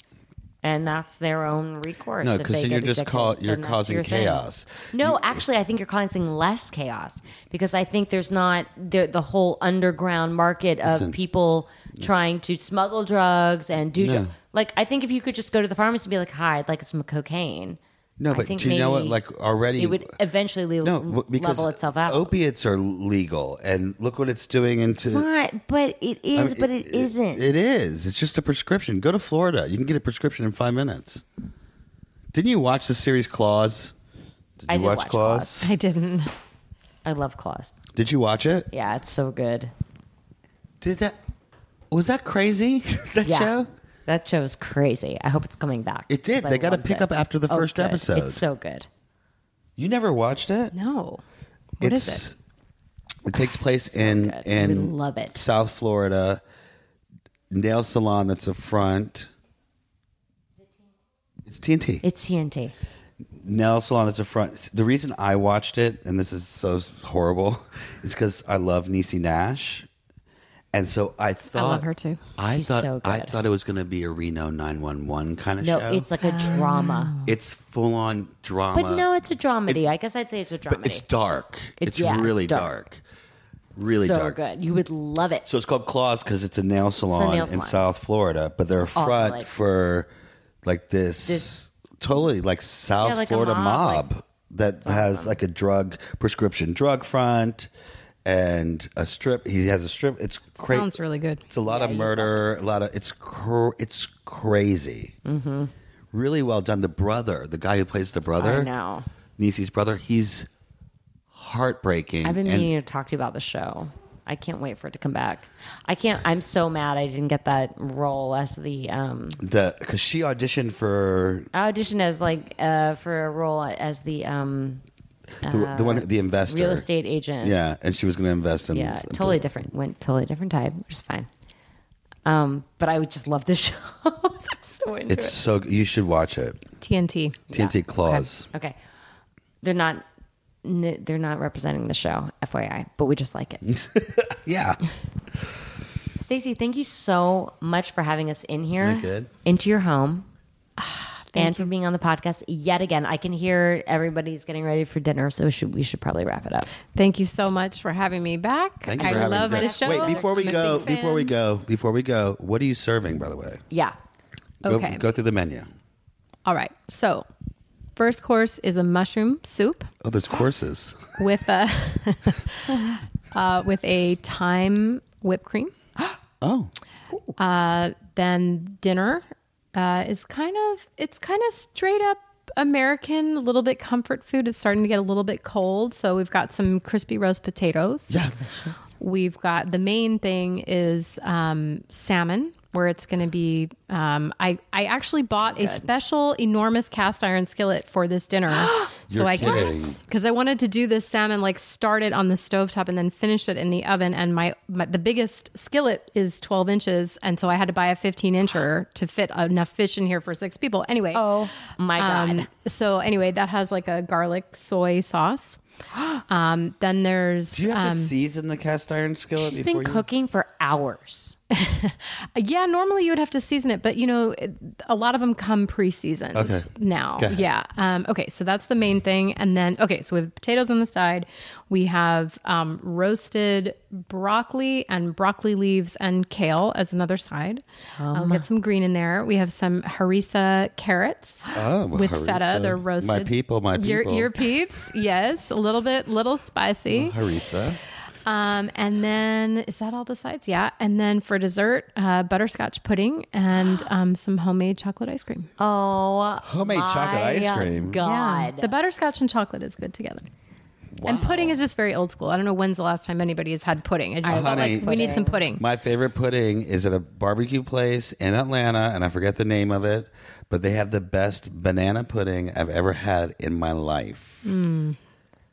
Speaker 5: And that's their own recourse.
Speaker 6: No,
Speaker 5: if
Speaker 6: 'cause
Speaker 5: they
Speaker 6: then
Speaker 5: get
Speaker 6: you're just
Speaker 5: addicted,
Speaker 6: call- you're
Speaker 5: then that's
Speaker 6: causing
Speaker 5: your thing.
Speaker 6: chaos.
Speaker 5: No, actually, I think you're causing less chaos because I think there's not the, the whole underground market of people trying to smuggle drugs and do. dr-
Speaker 6: No.
Speaker 5: like, I think if you could just go to the pharmacy and be like, "Hi, I'd like some cocaine."
Speaker 6: No,
Speaker 5: I
Speaker 6: but
Speaker 5: think
Speaker 6: do you know what?
Speaker 5: maybe
Speaker 6: Like, already-
Speaker 5: it would eventually
Speaker 6: no,
Speaker 5: l-
Speaker 6: w- because
Speaker 5: level itself out.
Speaker 6: Opiates are legal, and look what it's doing into.
Speaker 5: It's not, but it is,
Speaker 6: I mean,
Speaker 5: but it isn't.
Speaker 6: It is. It's just a prescription. Go to Florida. You can get a prescription in five minutes. Didn't you watch the series Claws? Did you
Speaker 5: I did watch Claws.
Speaker 3: I didn't.
Speaker 5: I love Claus.
Speaker 6: Did you watch it?
Speaker 5: Yeah, it's so good.
Speaker 6: Did that? Was that crazy? *laughs* that
Speaker 5: yeah.
Speaker 6: show?
Speaker 5: That show is crazy. I hope it's coming back.
Speaker 6: It did.
Speaker 5: 'cause I
Speaker 6: They gotta
Speaker 5: loved
Speaker 6: pick
Speaker 5: it.
Speaker 6: up after the
Speaker 5: Oh,
Speaker 6: first
Speaker 5: good.
Speaker 6: episode.
Speaker 5: It's so good.
Speaker 6: You never watched it?
Speaker 3: No. What is
Speaker 6: it's,
Speaker 3: it?
Speaker 5: *sighs*
Speaker 6: it? takes place in
Speaker 5: good. We
Speaker 6: in
Speaker 5: love it.
Speaker 6: South Florida nail salon that's a front. It's TNT.
Speaker 5: It's TNT.
Speaker 6: nail salon that's a front. The reason I watched it, and this is so horrible, *laughs* is because I love Niecy Nash, and so I thought
Speaker 3: I love her too.
Speaker 6: I
Speaker 5: She's
Speaker 6: thought
Speaker 5: so good.
Speaker 6: I thought it was going to be a Reno nine one one kind of
Speaker 5: No,
Speaker 6: show. Oh.
Speaker 5: it's like a drama.
Speaker 6: it's full on drama.
Speaker 5: But no, it's a dramedy. I guess I'd say it's a dramedy.
Speaker 6: It's dark.
Speaker 5: It's-
Speaker 6: It's,
Speaker 5: yeah, it's
Speaker 6: really
Speaker 5: dark.
Speaker 6: dark. Really
Speaker 5: so
Speaker 6: dark.
Speaker 5: good. You would love it.
Speaker 6: So it's called Claws because it's a nail salon
Speaker 5: nail
Speaker 6: in
Speaker 5: salon.
Speaker 6: South Florida, but they're
Speaker 5: awful,
Speaker 6: a front
Speaker 5: like-
Speaker 6: for like this,
Speaker 5: This-
Speaker 6: totally like South
Speaker 5: Yeah, like a
Speaker 6: Florida
Speaker 5: mob,
Speaker 6: mob, that has like a drug prescription drug front and a strip. He has a strip. It's crazy.
Speaker 3: Sounds really good.
Speaker 6: It's a lot of murder. A lot of it's cr- it's crazy. Mm-hmm. Really well done. The brother, the guy who plays the brother,
Speaker 5: I know.
Speaker 6: Niecy's brother, he's heartbreaking.
Speaker 5: I've been
Speaker 6: and-
Speaker 5: meaning to talk to you about the show. I can't wait for it to come back. I can't. I'm so mad I didn't get that role as the um,
Speaker 6: the because she auditioned for
Speaker 5: I auditioned as like uh, for a role as the um,
Speaker 6: the, the
Speaker 3: Uh,
Speaker 6: one the investor
Speaker 5: real estate agent.
Speaker 6: yeah and she was going to invest in
Speaker 5: yeah, totally different. Went totally different type, which is fine. Um, but I would just love this *laughs* show. I'm so into
Speaker 6: it's so you should watch it
Speaker 3: TNT.
Speaker 6: tnt claws
Speaker 5: it. Okay, they're not. n- They're not representing the show, FYI, but we just like
Speaker 6: *laughs*
Speaker 5: it.
Speaker 6: yeah
Speaker 5: Stacey, thank you so much for having us in here,
Speaker 6: Isn't it good?
Speaker 5: into your home, and for being on the podcast yet again. I can hear everybody's getting ready for dinner, so should, we should probably wrap it up.
Speaker 3: Thank you so much for having me back.
Speaker 6: thank you
Speaker 3: I
Speaker 6: for having
Speaker 3: love
Speaker 6: us
Speaker 3: the
Speaker 6: back.
Speaker 3: show.
Speaker 6: wait before we
Speaker 3: I'm a
Speaker 6: go
Speaker 3: big fan.
Speaker 6: before we go before we go what are you serving by the way
Speaker 5: Yeah,
Speaker 6: Go-
Speaker 3: Okay.
Speaker 6: go, through the menu
Speaker 3: All right. So, first course is a mushroom soup
Speaker 6: oh there's courses *laughs*
Speaker 3: with a *laughs* uh, with a thyme whipped cream.
Speaker 6: *gasps*
Speaker 3: Uh,
Speaker 6: oh
Speaker 3: Then dinner uh, is kind of it's kind of straight up American, a little bit comfort food. It's starting to get a little bit cold, so we've got some crispy roast potatoes.
Speaker 6: yeah
Speaker 3: We've got the main thing is um, salmon, where it's going to be. Um, I I actually bought a special enormous cast iron skillet for this dinner, so
Speaker 6: You're
Speaker 3: I
Speaker 6: kidding.
Speaker 3: because I wanted to do this salmon like start it on the stovetop and then finish it in the oven. And my, my the biggest skillet is twelve inches, and so I had to buy a fifteen incher to fit enough fish in here for six people. Anyway,
Speaker 5: Oh my god.
Speaker 3: um, so anyway, that has like a garlic soy sauce. Um, then there's
Speaker 6: do you have to season the cast iron skillet
Speaker 5: She's
Speaker 6: before
Speaker 5: been
Speaker 6: you
Speaker 5: cooking for hours.
Speaker 3: Yeah, normally you would have to season it, but you know, it- a lot of them come pre-seasoned
Speaker 6: Okay.
Speaker 3: now.
Speaker 6: Got it.
Speaker 3: Yeah. Um, okay, so that's the main thing, and then okay, so we have potatoes on the side. We have um, roasted broccoli and broccoli leaves and kale as another side. I'll get some green in there. We have some harissa carrots
Speaker 6: Oh,
Speaker 3: with
Speaker 6: harissa.
Speaker 3: feta. They're roasted.
Speaker 6: my people my people
Speaker 3: Your, your peeps, yes, a little bit, little spicy.
Speaker 6: harissa
Speaker 3: Um, and then is that all the sides? Yeah. And then for dessert, uh, butterscotch pudding
Speaker 5: *gasps*
Speaker 3: and um, some homemade chocolate ice cream.
Speaker 5: Oh,
Speaker 6: homemade chocolate ice cream
Speaker 3: Yeah.
Speaker 5: God.
Speaker 3: The butterscotch and chocolate is good together. And pudding is just very old school. I don't know when's the last time anybody has had pudding. I just felt
Speaker 6: Honey.
Speaker 3: like we need some pudding.
Speaker 6: My favorite pudding is at a barbecue place in Atlanta, and I forget the name of it, but they have the best banana pudding I've ever had in my life.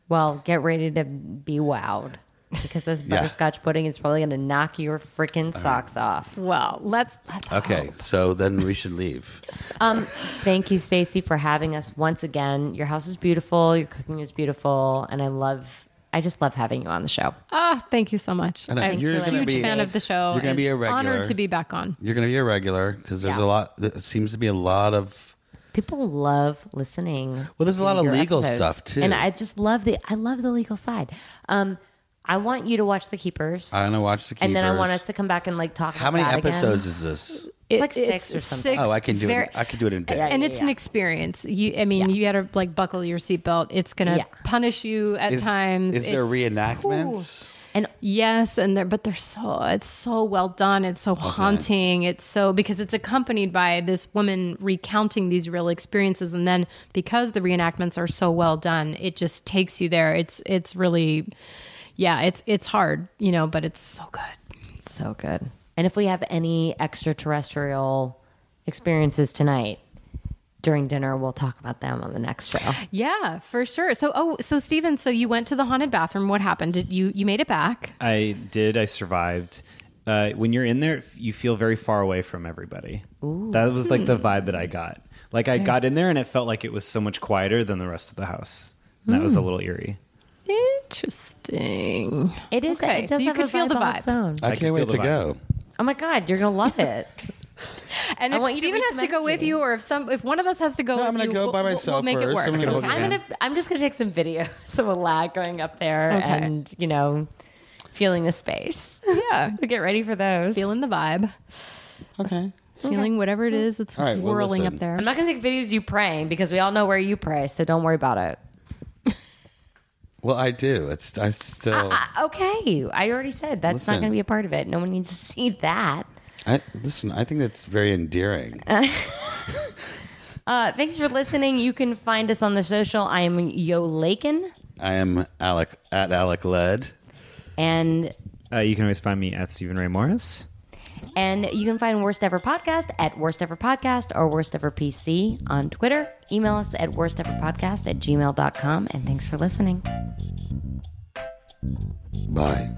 Speaker 5: Well, get ready to be wowed because
Speaker 6: *laughs*
Speaker 5: this butterscotch pudding is probably going to knock your
Speaker 6: Uh-huh.
Speaker 5: freaking socks off.
Speaker 3: well, let's let's
Speaker 6: Okay, so then we should leave.
Speaker 3: *laughs*
Speaker 5: Thank you, Stacey, for having us once again. Your house is beautiful. Your cooking is beautiful, and I love. I just love having you on the show.
Speaker 3: Ah, thank you so much.
Speaker 6: know,
Speaker 3: I'm
Speaker 6: you're
Speaker 3: a
Speaker 6: gonna
Speaker 3: huge
Speaker 6: be-
Speaker 3: fan of the show.
Speaker 6: you're gonna
Speaker 3: and
Speaker 6: be a regular.
Speaker 3: Honored to be back on.
Speaker 6: You're going to be a regular because there's
Speaker 5: Yeah.
Speaker 6: a lot, there seems to be a lot of,
Speaker 5: People love listening.
Speaker 6: Well, there's a
Speaker 5: to
Speaker 6: lot of
Speaker 5: your
Speaker 6: legal stuff, too.
Speaker 5: and I just love the. I love the legal side. Um, I want you to watch The Keepers,
Speaker 6: I want to watch the Uh, keepers.
Speaker 5: and then I want us to come back and like talk.
Speaker 6: How
Speaker 5: about
Speaker 6: many
Speaker 5: that again.
Speaker 6: episodes is this?
Speaker 3: It-
Speaker 5: like six or something.
Speaker 3: six
Speaker 6: Oh, I can do
Speaker 3: very-
Speaker 6: it. I could do it in a day.
Speaker 3: and it's an experience. You, I mean, you got to like buckle your seatbelt. It's gonna
Speaker 5: Yeah.
Speaker 3: punish you at
Speaker 6: Is,
Speaker 3: times.
Speaker 6: is there
Speaker 3: It's-
Speaker 6: reenactments?
Speaker 5: And
Speaker 3: Yes, and they're but they're so it's so well done. It's so haunting. It's so because it's accompanied by this woman recounting these real experiences, and then because the reenactments are so well done, it just takes you there. It's it's really, yeah. It's it's hard, you know, but it's so good.
Speaker 5: so good. And And if we have any extraterrestrial experiences tonight during dinner, we'll talk about them on the next show.
Speaker 3: Yeah, for sure. So, oh, so Steven, so you went to the haunted bathroom. What happened? Did you you made it back?
Speaker 7: I did. I survived. Uh, when you're in there, you feel very far away from everybody. That was like the vibe that I got. Like I got in there and it felt like it was so much quieter than the rest of the house. And That was a little eerie.
Speaker 3: Interesting.
Speaker 5: It is.
Speaker 3: Okay,
Speaker 5: it does
Speaker 3: so you
Speaker 5: have
Speaker 3: could
Speaker 5: a
Speaker 3: feel the
Speaker 5: all
Speaker 3: vibe.
Speaker 5: its own.
Speaker 8: I,
Speaker 7: can
Speaker 8: can't
Speaker 7: feel
Speaker 8: wait
Speaker 7: the
Speaker 8: to
Speaker 7: vibe.
Speaker 8: go.
Speaker 5: Oh my god, you're gonna love *laughs* it.
Speaker 3: And
Speaker 5: I
Speaker 3: if
Speaker 5: want you to
Speaker 3: Steven
Speaker 5: read
Speaker 3: has to
Speaker 5: some
Speaker 3: go with
Speaker 5: energy.
Speaker 3: you, or if some, if one of us has to go,
Speaker 8: No,
Speaker 3: with
Speaker 8: I'm gonna
Speaker 3: you,
Speaker 8: go
Speaker 3: we'll-
Speaker 8: by
Speaker 3: we'll-
Speaker 8: myself
Speaker 3: We'll make it
Speaker 8: first.
Speaker 3: work.
Speaker 8: I'm gonna hold your
Speaker 5: I'm
Speaker 3: *laughs*
Speaker 8: hand.
Speaker 5: gonna. I'm just gonna take some videos of a lad going up there
Speaker 3: Okay.
Speaker 5: and you know, feeling the space.
Speaker 3: Yeah,
Speaker 5: So *laughs* get ready for those.
Speaker 3: feeling the vibe,
Speaker 8: Okay.
Speaker 3: feeling whatever it is that's
Speaker 8: All right, well,
Speaker 3: whirling
Speaker 8: listen.
Speaker 3: up there.
Speaker 5: I'm not gonna take videos of you praying because we all know where you pray, so don't worry about it.
Speaker 6: Well, I do. It's I
Speaker 3: *laughs*
Speaker 6: still. I,
Speaker 5: Uh, Okay, I already said that's not
Speaker 6: Listen.
Speaker 5: gonna be a part of it. No one needs to see that.
Speaker 6: listen, I think that's very endearing.
Speaker 5: Uh, thanks for listening. You can find us on the social. I am Yo Lakin,
Speaker 6: I am Alec at Alec Led.
Speaker 5: and
Speaker 7: Uh, you can always find me at Stephen Ray Morris.
Speaker 5: And you can find Worst Ever Podcast at Worst Ever Podcast or Worst Ever PC on Twitter. Email us at worsteverpodcast at gmail.com. And thanks for listening.
Speaker 6: Bye.